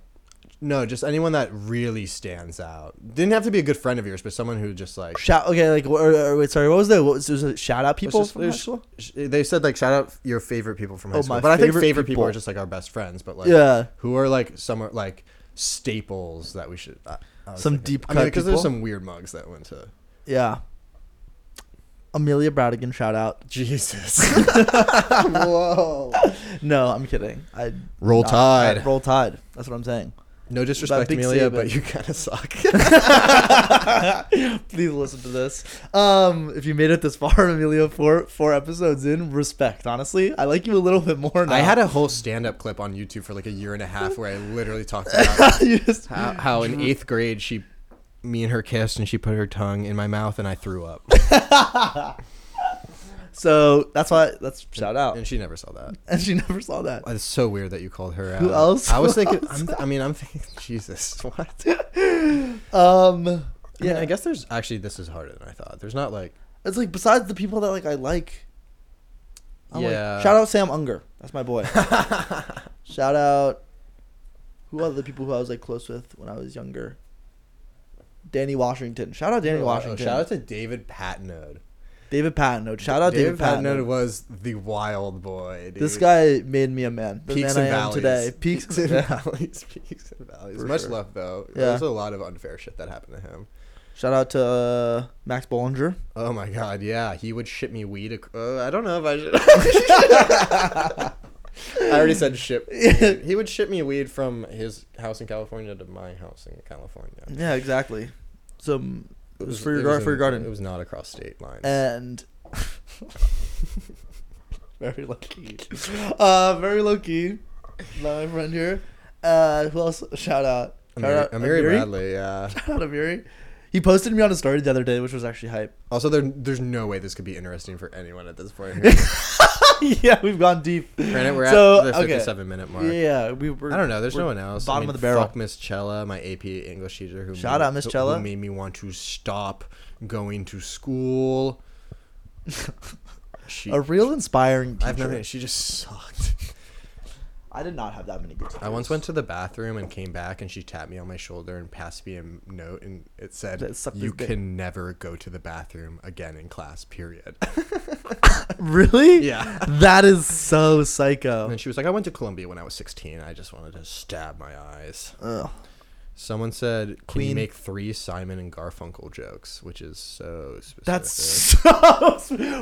no, just anyone that really stands out. Didn't have to be a good friend of yours, but someone who just like
Shout. Okay, like wh- or, or, wait, sorry. What was the what was, was it shout out people
just-
from high
there's-
school?
sh- they said like shout out your favorite people from high
Oh,
school.
my
But I think
favorite
favorite people. are
people.
just like our best friends, but like
Yeah.
who are like some are like staples that we should I, I was
Some
thinking-
deep
I mean,
cut
because there's
people?
some weird mugs that went to
Yeah. Amelia Bradigan shout out.
Jesus.
Whoa. No, I'm kidding. I
Roll
not-
Tide.
I- roll tide. That's what I'm saying.
No disrespect,
Big C,
Amelia, but,
but-
you kind of suck.
Please listen to this. Um, if you made it this far, Amelia, four four episodes in, respect. Honestly, I like you a little bit more now.
I had a whole stand-up clip on YouTube for like a year and a half where I literally talked about
you just
how, how in eighth grade she, me and her kissed, and she put her tongue in my mouth, and I threw up,
so that's why that's shout out.
and she never saw that. Uh,
And she never saw that.
It's so weird that you called her out.
Who else?
I was
Who
thinking. I'm, I mean, I'm thinking. Jesus, what?
Um,
Yeah,
yeah,
I guess there's actually this is harder than I thought. There's not like
it's like besides the people that like I like. I'm like,
Yeah.
shout out Sam Unger. That's my boy. shout out. Who are the people who I was like close with when I was younger? Danny Washington. Shout out Danny
Oh,
Washington.
Shout out to David Patnode.
David Patino. Shout out David, Patino.
was the wild boy. Dude.
This guy made me a man. The
peaks
man
and
I am
valleys.
today. Peaks,
peaks
and
and
valleys.
valleys. Peaks and valleys.
For
Much
sure.
love though.
Yeah.
There's a lot of unfair shit that happened to him.
Shout out to uh, Max Bollinger.
Oh my god, yeah, he would ship me weed. Ac- uh, I don't know if I should. I already said ship. weed. He would ship me weed from his house in California to my house in California.
Yeah, exactly. Some it was for your
it
gar-
was
for your
in-
garden.
It was not across state lines.
and very low key. Uh, very low key. My friend here. Uh, who else? Shout out. Shout
Amiri,
out
Amiri Bradley. Yeah.
Shout out Amiri. He posted me on a story the other day, which was actually hype.
Also, there, there's no way this could be interesting for anyone at this point.
yeah, we've gone deep.
Granted, we're
So,
at the
okay.
57 minute mark.
Yeah, we were.
I don't know. There's
we're
no one else. I
Bottom
mean,
of the barrel.
Fuck Miss Chella, my AP English teacher. Who
Shout
made,
out, Miss
who-
Chella.
Who made me want to stop going to school. She,
A real inspiring teacher.
I've never. She just sucked.
I did not have that many good teachers.
I once went to the bathroom and came back, and she tapped me on my shoulder and passed me a m- note, and it said,
That sucked
"You
his dick."
can never go to the bathroom again in class." Period.
Really?
yeah.
That is so
And
psycho.
then she was like, "I went to Columbia when I was 16. I just wanted to stab my eyes."
Ugh.
Someone said, "Can you
Queen.
make three Simon and Garfunkel jokes?" Which is so specific.
That's so.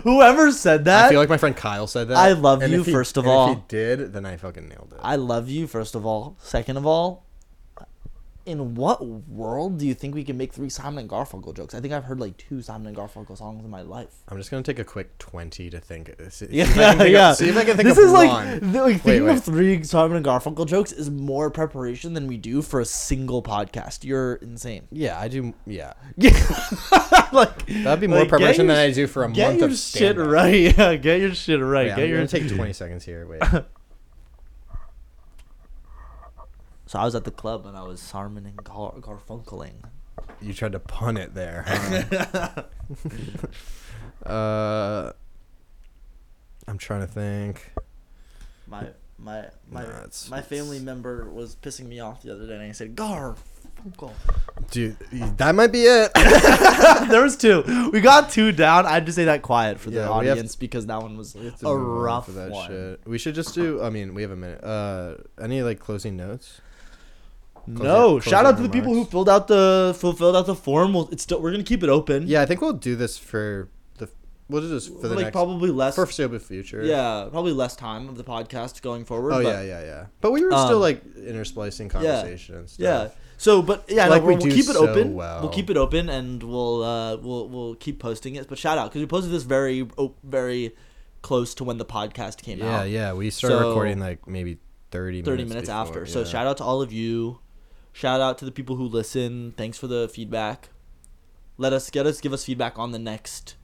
Whoever said that,
I feel like my friend Kyle said that.
I love you,
if he-
first of
and
all.
if he did, then I fucking nailed it.
I love you, first of all. Second of all, in what world do you think we can make three Simon and Garfunkel jokes? I think I've heard like two Simon and Garfunkel songs in my life.
I'm just gonna take a quick twenty to think. See,
Yeah,
see if I can think
yeah.
Of, see if I can think
this
of
is like,
one.
th- like thinking
wait.
of three Simon and Garfunkel jokes is more preparation than we do for a single podcast. You're insane.
yeah, I do. Yeah,
Yeah, like
that'd be more
like, get
preparation
your
than I
sh-
do for a
Get
month
your
of
shit
stand-up.
right. Yeah, get your shit right.
Wait,
get
I'm
your
gonna take twenty seconds here. Wait.
So I was at the club and I was Simon and Gar- Garfunkeling.
You tried to pun it there. huh? uh, I'm trying to think.
My my my
Nah, it's-
my family
it's-
member was pissing me off the other day, and I said Garfunkel.
Dude, that might be it.
there was two. We got two down. I had to say that quiet for
Yeah,
the
we have-
audience because that one was
have to
a
move on
rough
for that
one.
shit. We should just do. I mean, we have a minute. Uh, any like closing notes?
No,
Closing-
shout out to
closing
the people who
remarks.
filled out the who filled out the form. We'll, it's still we're gonna keep it open.
Yeah, I think we'll do this for the. We'll do this for the
like
next
probably less.
for foreseeable future.
yeah, probably less time of the podcast going forward.
Oh
but,
yeah, yeah, yeah. But we were still
Um,
like intersplicing conversation and stuff.
Yeah. So, but yeah, no,
Like, we
we'll,
do
we'll keep it
so
open.
well.
We'll keep it open, and we'll uh, we'll we'll keep posting it. But shout out because we posted this very oh, very close to when the podcast came
Yeah,
out,
yeah. We started
So-
recording like maybe thirty.
thirty
minutes,
minutes
before,
after. So
yeah.
shout out to all of you. Shout out to the people who listen. Thanks for the feedback. Let us get us give us feedback on the next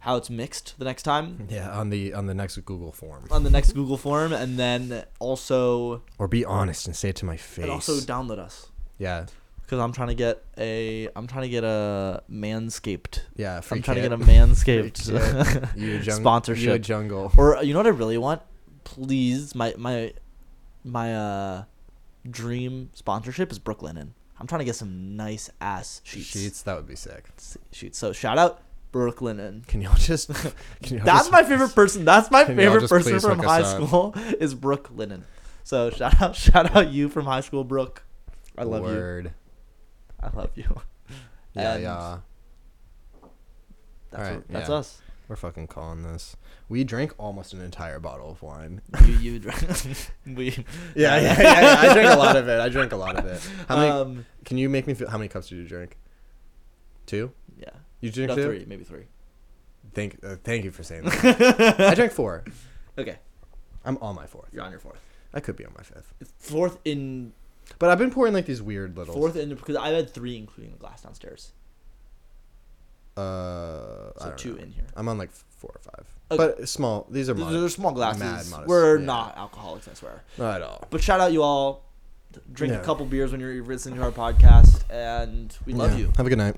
how it's mixed the next time
Yeah, on the on the next Google form,
on the next Google form, and then also
or be honest and say it to my face.
and also download us
yeah,
because I'm trying to get a I'm trying to get a manscaped
yeah. Free
I'm trying
kit.
to get a manscaped
Free kit. you a jung- You a
sponsorship.
jungle.
or uh, you know what I really want? Please, my my my uh dream sponsorship is Brooklinen. I'm trying to get some nice ass sheets.
Sheets. That would be sick.
S- sheets. So shout out Brooklinen.
Can y'all just? Can y'all
That's
just-
my favorite person. That's my
Can y'all
favorite
just
person
please
from
hook
high
us up?
school is Brooklinen. So shout out shout out you from high school, Brooke. I love
Word.
you. I love you.
Yeah,
And
yeah.
That's
Alright,
what- that's
yeah.
us.
We're fucking calling this. We drank almost an entire bottle of wine.
You you dr- we
Yeah, yeah, yeah. yeah. I drank a lot of it. I drank a lot of it. How many?
um
can you make me feel? How many cups did you drink? Two.
yeah.
You drink
No,
two.
three, maybe three.
Thank, uh, thank you for saying that. I drank four.
Okay,
I'm on my fourth.
you're on your fourth.
I could be on my fifth.
Fourth in
But I've been pouring like these weird little.
fourth in because I had three, including the glass downstairs.
Uh, I
So
don't
two
know.
in here.
I'm on like four or five.
Okay.
But small. These are
These
mine.
are small glasses.
modest,
We're
yeah.
not alcoholics, I swear.
Not at all.
But shout out you all. Drink a
No.
couple beers when you're listening to our podcast, and we love
Yeah.
you.
Have a good night.